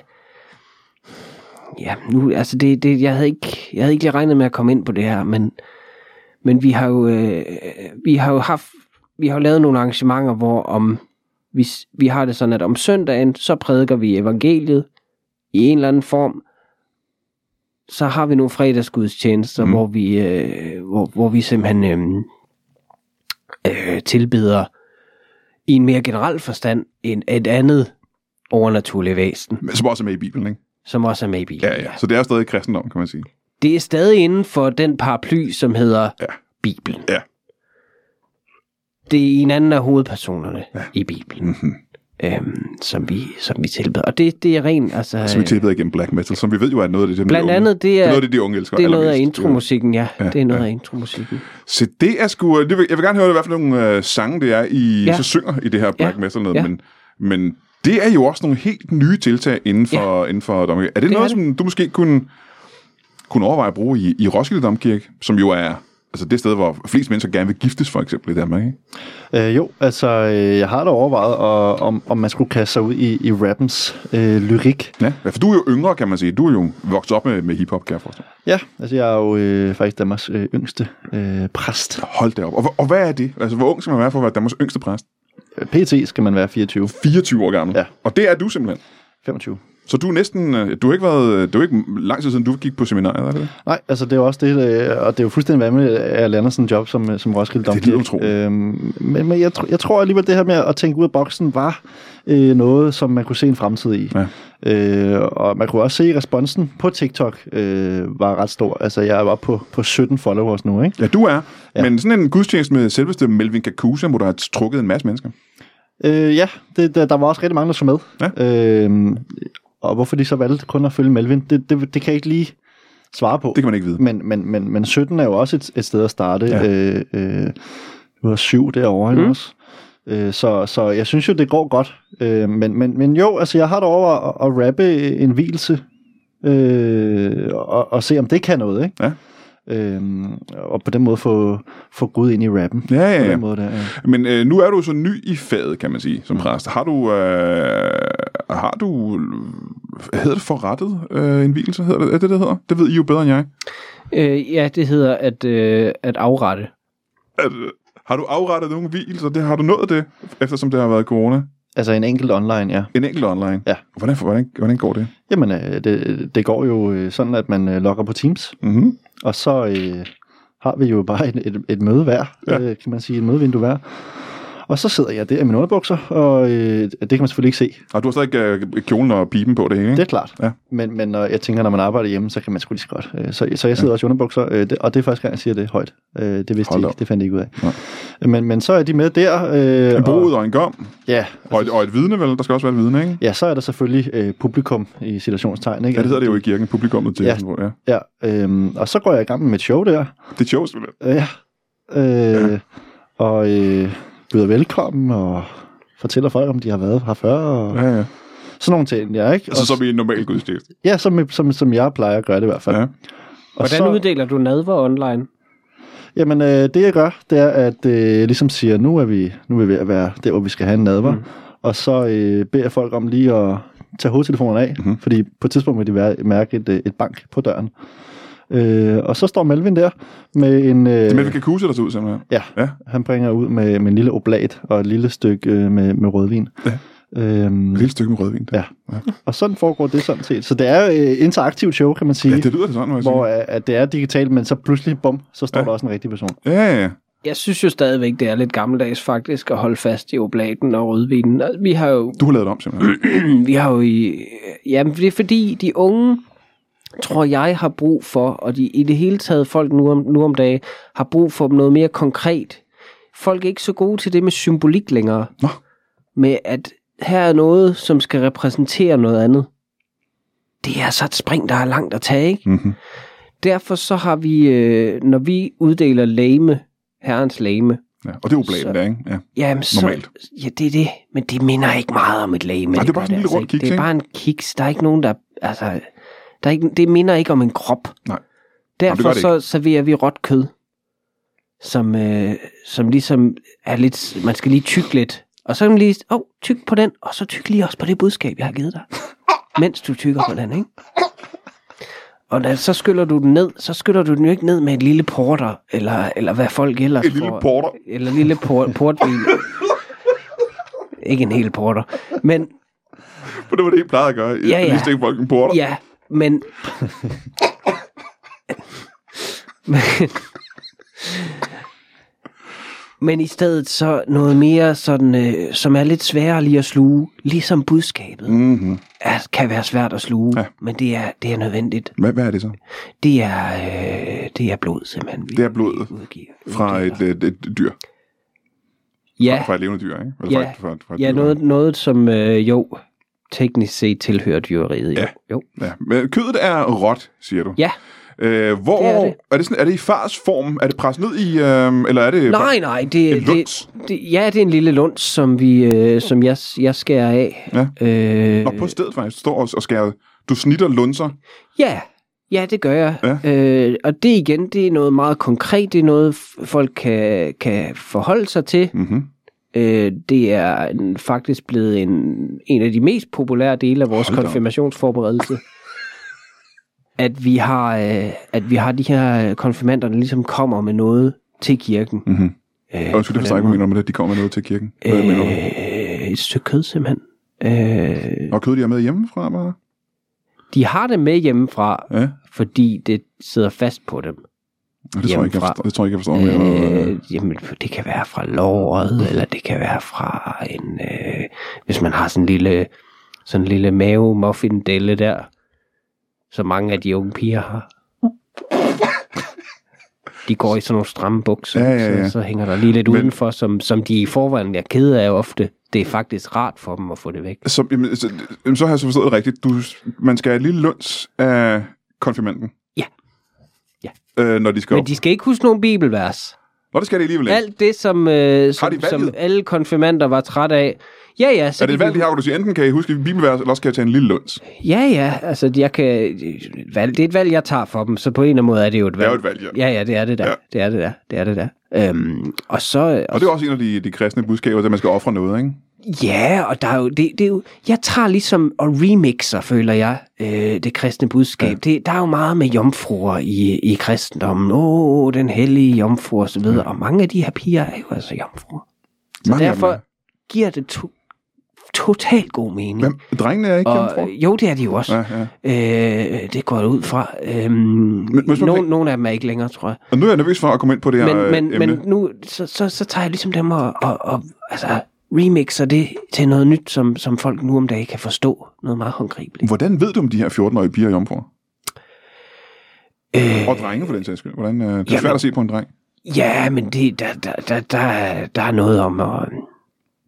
ja, nu, altså det, det, jeg havde ikke, jeg havde ikke lige regnet med at komme ind på det her, men, men vi har jo, øh, vi har jo haft, vi har jo lavet nogle arrangementer, hvor om, vi, s- vi har det sådan, at om søndagen, så prædiker vi evangeliet i en eller anden form. Så har vi nogle fredagsgudstjenester, mm. hvor, vi, øh, hvor, hvor vi simpelthen øh, øh, tilbeder i en mere generel forstand en, et andet overnaturligt væsen,
Men Som også er med i Bibelen, ikke?
som også er med i Bibelen.
Ja, ja. Så det er stadig kristendom, kan man sige.
Det er stadig inden for den paraply, som hedder
Ja.
ja. Bibelen.
Ja.
Det er en anden af hovedpersonerne ja. i Bibelen, mm-hmm. øhm, som, vi, som vi tilbeder. Og det, det er rent, altså...
Som vi tilbeder igennem black metal, som vi ved jo er noget af det, som de
Blandt
unge-
andet, det
det er
er,
noget af det, de unge elsker
det er noget af
allermest.
intromusikken, ja. ja. Det er noget ja. af intromusikken.
Så det er sgu... Det vil, jeg vil gerne høre, hvad for nogle øh, sange det er, I ja.
Ja.
så synger i det her black
Ja.
metal noget,
Ja.
men, men det er jo også nogle helt nye tiltag inden for, ja. inden for domkirke. Er det, det
Det
noget,
er det.
som du måske kunne, kunne overveje at bruge i, i Roskilde Domkirke, som jo er altså det sted, hvor flest mennesker gerne vil giftes, for eksempel i Danmark, ikke?
Øh, jo, altså, øh, jeg har da overvejet, og, om, om man skulle kaste sig ud i, i rappens øh, lyrik.
Ja. ja, for du er jo yngre, kan man sige. Du er jo vokset op med, med hiphop, kan jeg forstå.
Ja, altså, jeg er jo øh, faktisk Danmarks øh, yngste øh, præst.
Hold da op. Og, og hvad er det? Altså, hvor ung skal man være for at være Danmarks yngste præst?
PT skal man være 24,
24 år gammel.
Ja.
Og det er du simpelthen.
25.
Så du er næsten... øh, Du har ikke været... Du er ikke lang tid siden, du gik på seminariet, er det det?
Nej, altså det er jo også det, øh, og det er jo fuldstændig vanvittigt, at jeg lander sådan en job som, øh, som Roskilde
Det
Domkirke.
lyder utroligt.
Øhm, men, men jeg, tr- jeg tror alligevel, det her med at tænke ud af boksen var øh, noget, som man kunne se en fremtid i.
Ja.
Øh, og man kunne også se, at responsen på TikTok øh, var ret stor. Altså jeg er oppe på, på 17 followers nu, ikke?
Ja, du er. Ja. Men sådan en gudstjeneste med selveste Melvin Kakusa, må du have trukket en masse mennesker.
Øh, ja, det, der, der var også rigtig mange, der så med. Ja. Øh, og hvorfor de så valgte kun at følge Melvin, det, det, det kan jeg ikke lige svare på.
Det kan man ikke vide.
Men, men, men, men 17 er jo også et, et sted at starte. Ja. Øh, øh, du har syv derovre mm. også. Øh, så, så jeg synes jo, det går godt. Øh, men, men, men jo, altså jeg har da over at, at rappe en hvilelse. Øh, og, og se, om det kan noget, ikke?
Ja.
Øhm, og på den måde få, få Gud ind i rappen.
Ja, ja,
På
ja.
den måde, der, ja.
Men øh, nu er du så ny i faget, kan man sige, som præst. Har du, øh, har du øh, hedder det forrettet øh, en hvilelse? Hedder det, er det, det hedder? Det ved I jo bedre end jeg.
Øh, ja, det hedder at, øh, at afrette.
Øh, har du afrettet nogle hvilelser? Det, har du nået det, eftersom det har været corona?
Altså en enkelt online, ja.
En enkelt online?
Ja.
Hvordan, hvordan, hvordan går det?
Jamen, øh, det, det går jo øh, sådan, at man øh, logger på Teams,
Mm-hmm.
og så øh, har vi jo bare et, et, et møde hver,
Ja.
ja. øh, kan man sige, et mødevindue hver. Og så sidder jeg der i mine underbukser, og øh, det kan man selvfølgelig ikke se.
Og du har stadig øh, kjolen og pipen på det hele,
Det er
ikke?
klart.
Ja.
Men, men når, jeg tænker, når man arbejder hjemme, så kan man sgu lige så godt. Øh, Så, så jeg sidder ja. også i underbukser, øh, det- og det er første gang, jeg siger det højt. Øh, Det vidste
Hold
de
op.
ikke, det fandt de ikke ud af. Men, men så er de med der. øh,
En brud
og,
og en gom,
ja,
og et, og et vidne, vel? Der skal også være et vidne, ikke?
ja, så er der selvfølgelig øh, publikum i situationstegn. Ikke?
Ja, det hedder det jo i kirken, publikummet til.
Ja.
ja.
Ja, øh, og så går jeg i gang med mit show der,
Det er shows, vel?
Øh, Ja. Øh, og øh, byder velkommen og fortæller folk, om de har været her før og ja.
Ja, ja.
sådan nogle ting, ja, ikke?
Altså,
Og-
som i en normal gudstjeneste.
Ja, som, som, som jeg plejer at gøre det i hvert fald.
Ja.
Ja. Og
Hvordan
så,
uddeler du nadver online?
Jamen, øh, det jeg gør, det er, at øh, ligesom siger, nu er, vi, nu er vi ved at være der, hvor vi skal have en nadver. Mm. Og så øh, beder jeg folk om lige at tage hovedtelefonerne af, mm-hmm. fordi på et tidspunkt vil de være, mærke et, øh, et bank på døren. Øh, og så står Melvin der med en... Øh,
Det er Melvin Kakuse, der ser ud, simpelthen.
Ja,
Ja.
ja. han bringer ud med, med en lille oblat og et lille stykke øh, med, med rødvin. Ja. Øhm,
Mm.
Et lille stykke med rødvin. Der.
ja. Og sådan foregår det sådan set. Så det er jo øh, interaktivt show, kan man sige,
Ja,
ja,
det lyder det sådan, må jeg
hvor
sige.
øh, at det er digitalt, men så pludselig, bum, så står ja. der også en rigtig person.
Ja, ja, ja.
Jeg synes jo stadigvæk, det er lidt gammeldags faktisk at holde fast i oblaten og rødvinen. Altså, Vi har jo,
Du har lavet det om, simpelthen.
vi har jo i, øh, jamen det er fordi, de unge, tror jeg, har brug for, og de, i det hele taget folk nu om, nu om dagen, har brug for noget mere konkret. Folk er ikke så gode til det med symbolik længere.
Nå.
Med at her er noget, som skal repræsentere noget andet. Det er så et spring, der er langt at tage, ikke?
Mm-hmm.
Derfor så har vi, øh, når vi uddeler lame, herrens lame,
ja. Og det er oblaten
Så-
der, ikke? Ja.
Jamen, så,
Normalt.
Ja, det er det. Men det minder ikke meget om et læge.
Nej, det er bare sådan en lille rund kiks,
Det er
ikke?
bare en kiks. Der er ikke nogen, der... Altså, der er ikke, det minder ikke om en krop.
Nej. Jamen, det
Derfor
gør
Jamen,
det
så serverer vi råt kød, som, øh, som ligesom er lidt... Man skal lige tykke lidt. Og så kan man lige... Åh, oh, tyk på den, og så tyk lige også på det budskab, jeg har givet dig. mens du tykker på den, ikke? Og da, så skyller du den ned, så skyller du den jo ikke ned med et lille porter, eller, eller hvad folk ellers
Et lille
får.
porter.
Eller lille por- portvin. ikke en hel porter. Men
For det var det, I plejede at gøre. Ja,
Ja,
ja.
ja.
Lige stikke folk en porter.
ja, men... men... Men i stedet så noget mere sådan, øh, som er lidt sværere lige at sluge, ligesom budskabet
Mm-hmm.
er, kan være svært at sluge,
Ja.
ja. men det er, det er nødvendigt.
Hvad, hvad er det så?
Det er, øh, det er blod, simpelthen. Vi
Det er blodet
udgiver,
Fra et,
uddeler.
et, et dyr.
ja,
Fra et levende dyr, ikke? Eller
Ja.
fra et, fra et, fra et
ja
dyr.
noget, noget, som øh, jo teknisk set tilhører dyreriet. Jo.
Ja.
jo.
Ja. Men kødet er råt, siger du.
Ja.
Øh, hvor,
Det
er,
er
det.
det.
Er, det sådan, er det i fars form? Er det presset ned i, øhm, eller er det...
Nej, nej, det,
En luns?
det, det, ja, det er en lille lund, som, vi, øh, som jeg, jeg skærer af.
Ja.
Øh,
Nå, på stedet faktisk. Du står og, og skærer... Du snitter lunser.
Ja, ja det gør jeg. Ja. Øh, og det igen, det er noget meget konkret, det er noget f- folk kan, kan forholde sig til.
Mm-hmm.
Øh, det er en, faktisk blevet en, en af de mest populære dele af vores
Hold da op.
konfirmationsforberedelse. At vi, har, øh, at vi har de her øh, konfirmander, der ligesom kommer med noget til kirken.
Mm-hmm.
Øh,
Og undskyld, det
på
forstår jeg
den
ikke, hvad du mener med det. De kommer med noget til kirken. Hvad øh... mener du?
Øh, et stykke kød simpelthen. Øh,
Og kød, de har med hjemmefra, bare?
de har det med hjemmefra,
Ja.
fordi det sidder fast på dem.
Og det, tror jeg ikke, jeg
Hjemmefra.
forstår, det tror jeg ikke, jeg forstår. Øh...
Øh, jamen, det kan være fra
Mhm.
låret, eller det kan være fra en... Øh, hvis man har sådan en lille, sådan en lille mave muffindelle der, som mange af de unge piger har. De går i sådan nogle stramme bukser,
Ja, ja, ja.
Så, så hænger der lige lidt
Men-
Men... udenfor, som, som de i forvejen er kede af ofte. Det er faktisk rart for dem at få det væk.
Så, jamen, så, jamen, så har jeg så forstået det rigtigt. Du, man skal have et lille lunds af konfirmanden.
Ja. Ja.
Øh, når de skal
Men
op. De...
de skal ikke huske nogen bibelvers.
Nå, det skal de alligevel ikke.
Alt det, som, øh, som,
de valget?
som alle konfirmander var træt af. Ja, ja. Så
Er det et
kan
valg, de har, hvor du siger, enten kan I huske et bibelvers, eller også kan jeg tage en lille lunds. Det
Ja, ja, altså jeg kan, valg, det er et valg, jeg tager for dem, så på en eller anden måde er det jo et
er
valg.
jo et valg, ja.
Ja, ja, det er det der.
Ja.
Ja. Det er det der. Det er det der. Øhm, og så...
Og det er også en af de, de kristne budskaber, at man skal ofre noget, ikke?
Ja, og der er jo, det, det er jo... Jeg tager ligesom og remixer, føler jeg, øh, det kristne budskab. Ja. Det, der er jo meget med jomfruer i, i kristendommen. Åh, oh, den hellige jomfru og så videre. Og mange af de her piger er jo altså jomfruer. Så
Mange af dem
derfor
er.
giver det to, totalt god mening.
Hvem? Drengene er ikke hjemmefra.
Og, øh, jo, det er de jo også.
Ja, ja.
Øh, det går jeg ud fra. Øhm,
må jeg spørge-
nogen, nogen af dem er ikke længere, tror jeg.
Og nu er jeg nervøs for at komme ind på det her
Men,
øh,
men,
emne.
men nu, så, så, så tager jeg ligesom dem og, og, og altså, remixer det til noget nyt, som, som folk nu om dagen kan forstå. Noget meget håndgribeligt.
Hvordan ved du om de her 14-årige piger er jomfruer?
Øh,
Og drenge, for den sags skyld. Hvordan, øh, det er
Jamen-
svært at se på en dreng.
ja, men det, der, der, der, der, er- der er noget om at...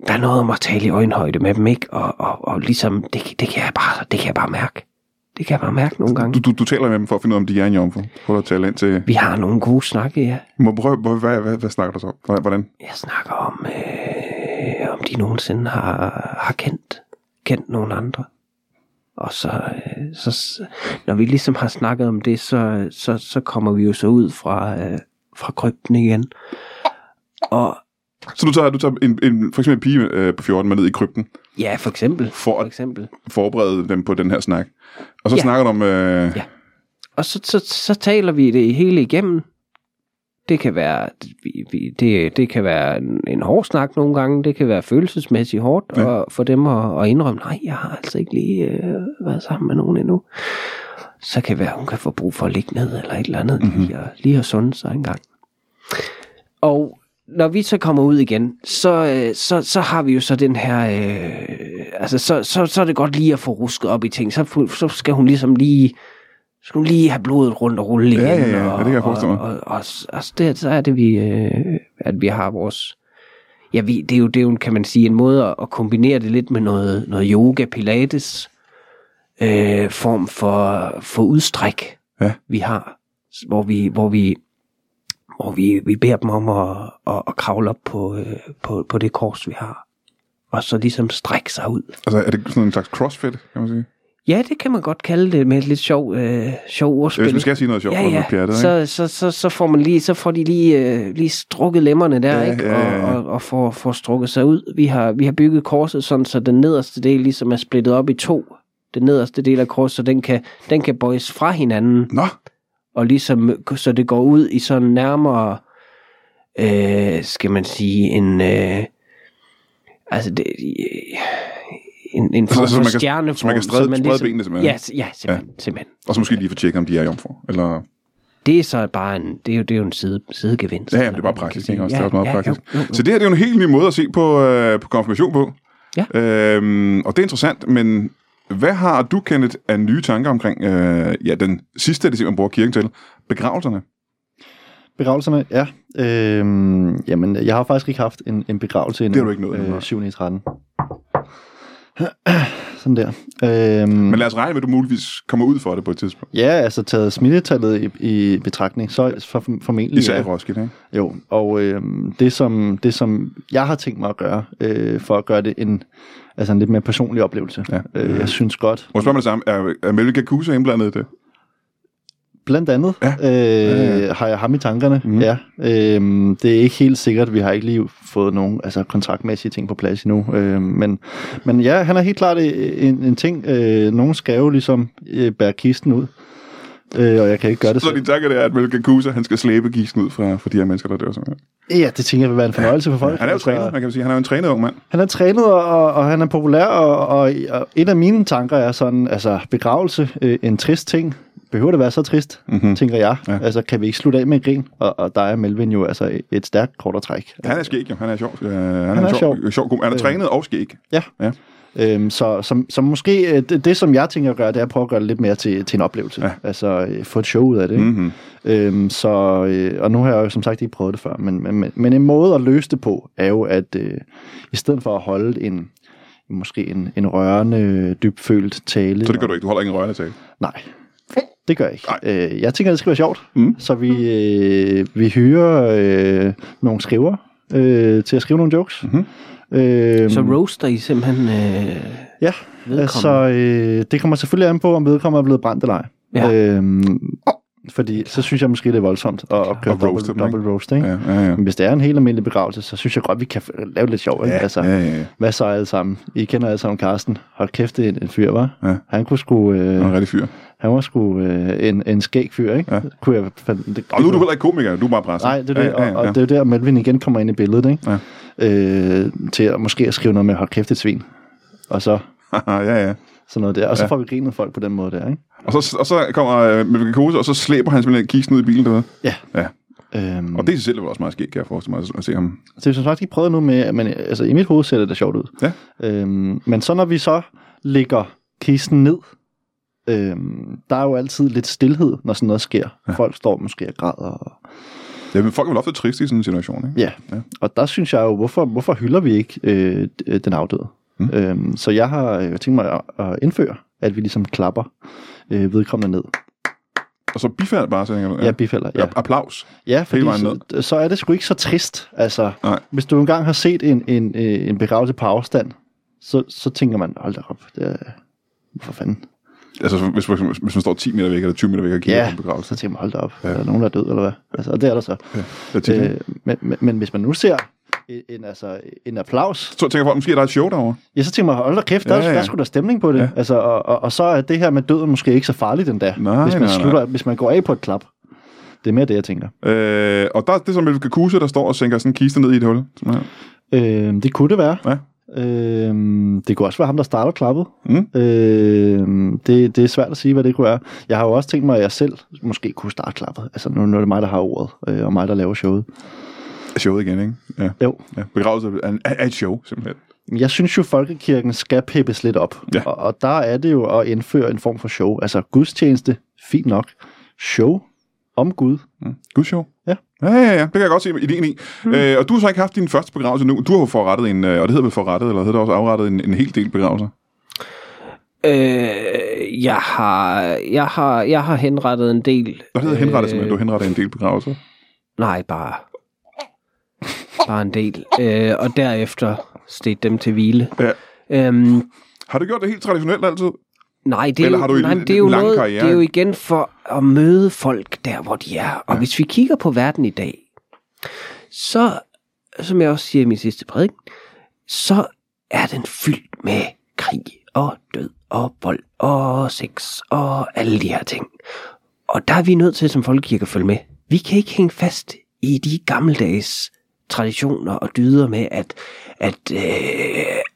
Der er noget om at tale i øjenhøjde med dem, ikke? Og, og, og ligesom, det, det, kan jeg bare, det kan jeg bare mærke. Det kan jeg bare mærke nogle
Du,
gange.
du, du taler med dem for at finde ud af, om de er en jomfru. Prøv at tale ind til...
Vi har nogle gode snakke, ja.
Må, prøv, hvad, hvad, hvad, hvad snakker du så om? Hvordan?
Jeg snakker om, øh, om de nogensinde har, har kendt, kendt nogen andre. Og så, øh, så, s- når vi ligesom har snakket om det, så, så, så kommer vi jo så ud fra, øh, fra krybten igen. Og
Så du tager, du tager en, en, for eksempel en pige øh, på 14 med ned i krypten,
ja, for eksempel.
For
For
at-
eksempel.
forberede dem på den her snak. Og så ja.
Ja.
snakker du om... Øh, ja.
Ja. Og så, så, så taler vi det hele igennem. Det kan være, vi- vi- det, det kan være en- en hård snak nogle gange, det kan være følelsesmæssigt hårdt ja. og for dem at, at indrømme, nej, jeg har altså ikke lige øh, været sammen med nogen endnu. Så kan det være, hun kan få brug for at ligge ned eller et eller andet, mm-hmm. lige, at, lige at sunde sig en gang. Og når vi så kommer ud igen, så, øh, så, så har vi jo så den her... Øh, altså, så, så, så er det godt lige at få rusket op i ting. Så, fu- så skal hun ligesom lige... Så skal hun lige have blodet rundt og rulle igen.
ja, ja, ja,
og,
det kan jeg forestille mig.
Og, og, og, og, s- altså, det, så er det, vi, øh, at vi har vores... Ja, vi, det er jo, det er jo, kan man sige, en måde at, at kombinere det lidt med noget, noget yoga, pilates, øh, form for, for udstræk,
Ja.
vi har. Hvor vi, hvor vi hvor vi, vi beder dem om at, at, at kravle op på, øh, på, på det kors, vi har. Og så ligesom strække sig ud.
Altså, er det sådan en slags crossfit, kan man sige? Øh,
Ja, det kan man godt kalde det med et lidt sjov, øh, sjov ordspil.
Hvis man skal sige noget sjovt,
ja,
så er det
ja.
pjattet, ikke?
så, så, så, så, får man lige, så får de lige, øh, lige strukket lemmerne der,
Ja,
ikke?
ja, ja, ja.
Og, og, og får, får strukket sig ud. Vi har, vi har bygget korset sådan, så den nederste del ligesom er splittet op i to. Den nederste del af korset, så den kan, den kan bøjes fra hinanden.
Nå,
og ligesom, så det går ud i sådan nærmere, øh, skal man sige, en, øh, altså det, øh, en, en form
Altså, så man
for
kan-
stjerneform.
så man kan strede-
som
sprede benene simpelthen?
Ja, s- ja, simpelthen, ja. simpelthen.
og så måske lige få tjekket, om de er jomfru. Eller...
Det er så bare en, det er jo, det er jo en side, sidegevinst.
Ja, ja, men det
eller
er bare
hvad man
praktisk.
kan
Ikke? Også,
sige.
det er også meget praktisk.
Jo, jo, jo.
Så det her det er jo en helt ny måde at se på, øh, på konfirmation på.
Ja.
Øhm, og det er interessant, men hvad har du, Kenneth, af nye tanker omkring øh, ja, den sidste, det man bruger kirken til, begravelserne?
Begravelserne, ja. Øhm, jamen, jeg har faktisk ikke haft en, en begravelse endnu.
Det har du ikke nået endnu, nej.
Øh, 7. i 13. Sådan der. Øhm,
Men lad os regne med, at du muligvis kommer ud for det på et tidspunkt.
Ja, altså taget smittetallet i, i betragtning, så for, formentlig...
Især i
ja.
Roskilde, ikke?
Jo, og øh, det, som, det som jeg har tænkt mig at gøre, øh, for at gøre det en, altså en lidt mere personlig oplevelse.
Ja.
Øh, jeg synes godt,
Må jeg spørge mig det samme, er, er Melle Kakusa indblandet i det?
blandt andet,
Ja. Mhm.
Øh, har jeg ham i tankerne. Mm. Ja, øh, det er ikke helt sikkert, vi har ikke lige fået nogen altså, kontraktmæssige ting på plads endnu. Øh, men, men ja, han er helt klart øh, en, en ting. Øh, nogen skal jo ligesom øh, bære kisten ud, øh, og jeg kan ikke gøre det
Så
selv.
din tanke det er, at Melle Kakusa, han skal slæbe gisten ud fra, fra de her mennesker, der dør. Simpelthen.
Ja, det tænker jeg vil være en fornøjelse for folk.
Han er jo
Altså,
trænet, man kan sige. Han er jo en trænet ung mand.
Han er trænet, og- og, og han er populær, og, og, og et af mine tanker er sådan, altså begravelse, øh, en trist ting. Behøver det være så trist, mm-hmm. tænker jeg. Ja. Altså, kan vi ikke slutte af med en grin? Og, og der er Melvin jo altså et stærkt kort at trække.
Han er skæg, jo. Han er sjov. Øh, han, han, er,
er
en sjov.
sjov.
sjov god- han er
Øh.
trænet og skæg.
Ja.
Ja.
Øhm, så, så, så måske øh, det, det, som jeg tænker at gøre, det er at prøve at gøre det lidt mere til, til en oplevelse. Ja. Altså øh, få et show ud af det.
Mhm.
Mm-hmm. Øhm, så, øh, og nu har jeg jo som sagt ikke prøvet det før, men, men, men, men en måde at løse det på, er jo at øh, i stedet for at holde en måske en, en rørende, dybfølt tale.
Så det gør du ikke. Du holder ingen rørende tale.
Nej, det gør jeg ikke. Øh, jeg tænker, det skal være sjovt. Mm. Så vi, øh, vi hyrer øh, nogle skriver øh, til at skrive nogle jokes.
Mhm.
Mm-hmm. Øh,
Så roaster I simpelthen... Øh,
Ja, altså øh, det kommer selvfølgelig an på, om vedkommende er blevet brændt eller ej.
Ja.
Øhm, fordi så synes jeg måske, det er voldsomt at, at køre
Og roaste
dobbelt,
dem, ikke?
dobbelt roast, ikke?
Ja, ja, ja.
Men hvis det er en helt almindelig begravelse, så synes jeg godt, vi kan f- lave lidt sjov. Ikke?
Ja,
altså,
ja, ja, ja.
Hvad så alle sammen? I kender alle sammen Karsten. Hold kæft, det er en, en fyr, var.
Ja.
Han kunne sgu...
Han er en
Øh,
rigtig fyr.
han var sgu øh, en, en skæg fyr, ikke?
Ja.
Kunne jeg, fandt, det,
Og nu er du heller ikke komiker, du er bare præst.
Nej, det er det, og, og det er jo der, Melvin igen kommer ind i billedet, ikke?
Ja.
Øh, til at måske at skrive noget med, hold kæft, et svin. Og så
ja, ja.
sådan noget der. Og så får vi grinet folk på den måde der, ikke?
Og så, og så kommer øh, Melvin Kose, og så slæber han simpelthen kisten ud i bilen dernede.
Ja.
Ja.
Øhm,
Og det i sig selv er vel også meget skægt, kan jeg forestille mig at se ham.
Så vi som sagt ikke prøvet nu med, men altså, i mit hoved ser det da sjovt ud.
Ja.
Øhm, men så når vi så lægger kisten ned, øhm, der er jo altid lidt stillhed, når sådan noget sker. Ja. Folk står måske og græder. Og,
Ja, men folk er vel ofte triste i sådan en situation, ikke?
ja.
Ja.
ja, og der synes jeg jo, hvorfor, hvorfor hylder vi ikke øh, d- øh, den afdøde? Mm. Øhm, så jeg har øh, tænkt mig at- at indføre, at vi ligesom klapper øh, vedkommende ned.
Og så bifald bare, så tænker du.
Ja, ja bifalder. Ja.
ja. Applaus.
Ja, fordi
Hele vejen
så, så er det sgu ikke så trist. Altså,
Nej.
hvis du engang har set en, en, øh, en begravelse på afstand, så, så tænker man, hold da op, det er, for fanden.
Altså, hvis, hvis, hvis man står 10 meter væk, eller 20 meter væk og kigger på
Ja,
en begravelse.
så tænker man, hold da op, ja. er der nogen, der er død, eller hvad? Altså, og det er der så.
Det er tit,
Øh,
ikke?
men, men, men hvis man nu ser en, en, altså, en applaus,
Så tænker folk, måske er der et show derovre.
ja, så tænker man, hold da kæft, der,
Ja,
ja, ja.
ja.
der skulle der stemning på det. Ja. Altså, og, og, og så er det her med døden måske ikke så farligt endda,
Nej,
hvis, man
nej, nej.
slutter, hvis man går af på et klap. Det er mere det, jeg tænker.
Øh, og der, det er som Melvin Kakuse, der står og sænker sådan en kiste ned i et hul. Sådan her.
Øh, det kunne det være.
Ja.
Øh, det kunne også være ham, der starter klappet.
Mm.
Øh, det, det er svært at sige, hvad det kunne være. Jeg har jo også tænkt mig, at jeg selv måske kunne starte klappet. Altså, nu, nu er det mig, der har ordet, øh, og mig, der laver showet.
Showet igen, ikke? Ja.
Jo.
ja. Begravelse af, af- af et show, simpelthen.
Jeg synes jo, folkekirken skal peppes lidt op.
Ja.
Og, og der er det jo at indføre en form for show. Altså, gudstjeneste, fint nok. Show om Gud.
Mm. Good show.
Ja.
Ja, ja, ja. Det kan jeg godt se ideen i. Mm. Øh, og du har så ikke haft din første begravelse nu. Du har jo forrettet en, øh, og det hedder vel forrettet, eller hedder det også afrettet en, en hel del begravelser.
Øh, jeg, har, jeg, har, jeg har henrettet en del.
Der hedder henrettet simpelthen, du har henrettet en del begravelser.
Nej, bare, bare en del. Øh, og derefter stedt dem til hvile.
Ja.
Øhm,
Har du gjort det helt traditionelt altid?
nej, det er,
Eller
jo,
har du i
nej,
den-
men det er
den
jo
lange
noget,
karriere?
det er jo igen for at møde folk der, hvor de er. Og ja. hvis vi kigger på verden i dag, så, som jeg også siger i min sidste prædiken, så er den fyldt med krig og død og vold og sex og alle de her ting. Og der er vi nødt til som folkekirke at følge med. Vi kan ikke hænge fast i de gammeldags traditioner og dyder med, at, at, øh,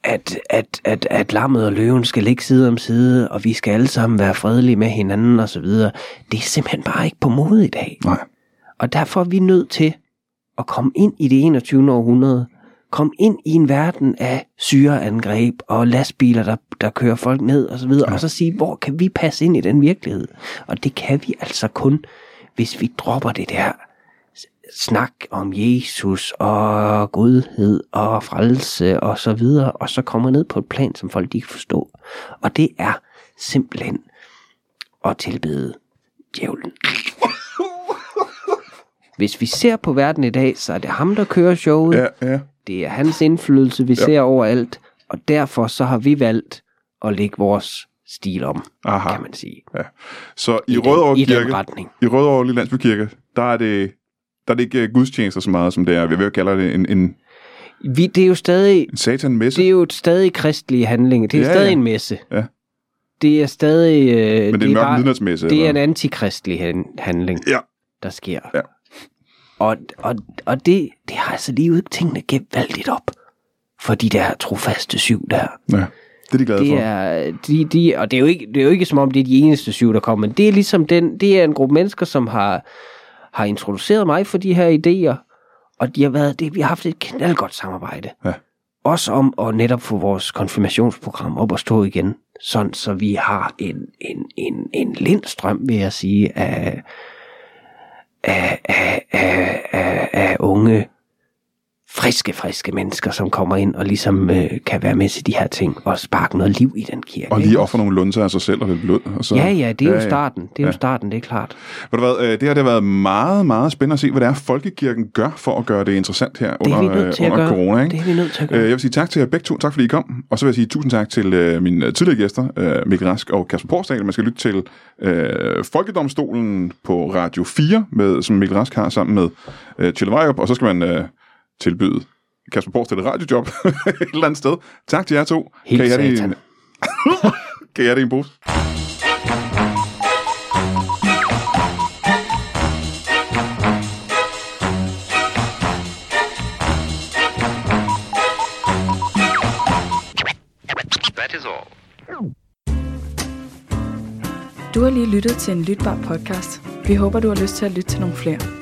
at, at, at, at lammet og løven skal ligge side om side, og vi skal alle sammen være fredelige med hinanden osv. Det er simpelthen bare ikke på mode i dag.
Nej.
Og derfor er vi nødt til at komme ind i det 21. århundrede. Kom ind i en verden af syreangreb og lastbiler, der, der kører folk ned og så videre. Ja. Og så sige, hvor kan vi passe ind i den virkelighed? Og det kan vi altså kun, hvis vi dropper det der s- snak om Jesus og godhed og frelse og så videre, og så kommer ned på et plan, som folk de kan forstå. Og det er simpelthen at tilbede djævlen. Hvis vi ser på verden i dag, så er det ham, der kører showet.
Ja, ja.
Det er hans indflydelse, vi ja. ser overalt, og derfor så har vi valgt at lægge vores stil om,
Aha.
kan man sige.
ja. Så Ah. i,
I
I
den-
Rødovre
i den
Kirke,
retning.
i Rødovre Lille Landsby Kirke, der er det, der er det ikke øh, gudstjenester så meget, som det er, jeg kalder det en, en,
Vi, det er jo stadig,
en satanmesse.
det er jo et stadig kristelige handling. Det er
Ja,
ja, stadig
ja.
ja. en messe.
Ja.
Det er stadig... Øh,
Men det er en mørk
bare-
midnatsmesse.
Det er en
eller?
antikristelig han- handling,
Ja.
der sker.
Ja.
Og, og, og det, det har altså lige ud tingene gevaldigt op for de der trofaste syv der.
ja. Det er de glade for.
Det er, de, de, og det er, jo ikke, det er jo ikke som om, det er de eneste syv, der kommer, men det er ligesom den, det er en gruppe mennesker, som har, har introduceret mig for de her idéer, og de har været, det, vi har haft et knaldgodt samarbejde.
Ja.
Også om at netop få vores konfirmationsprogram op og stå igen, sådan så vi har en, en, en, en lindstrøm, vil jeg sige, af, af, af, af, af, af unge friske, friske mennesker, som kommer ind og ligesom øh, kan være med til de her ting og sparke noget liv i den kirke.
Og
ikke?
lige offer nogle lunser af sig selv og lidt blod. Og så,
Ja, ja, det er jo
Ja, ja.
starten. Det er jo
Ja.
starten, det er klart.
Ved du hvad, øh, det her det har været meget, meget spændende at se, hvad det er, Folkekirken gør for at gøre det interessant her
Det er
under,
vi nødt
øh,
til at
under
gøre.
corona. Ikke?
Det er vi nødt til
Øh,
at gøre.
Jeg vil sige tak til jer begge to. Tak fordi I kom. Og så vil jeg sige tusind tak til øh, mine tidligere gæster, øh, Mikkel Rask og Kasper Porsdal. Man skal lytte til øh, Folkedomstolen på Radio 4, med, som Mikkel Rask har sammen med øh, Chille Vejrup. Og så skal man øh, tilbyde Kasper Porsdal et radiojob et eller andet sted. Tak til jer to.
Helt
I have det i
satan.
en- kan I have det i en pose?
Du har lige lyttet til en lytbar podcast. Vi håber, du har lyst til at lytte til nogle flere.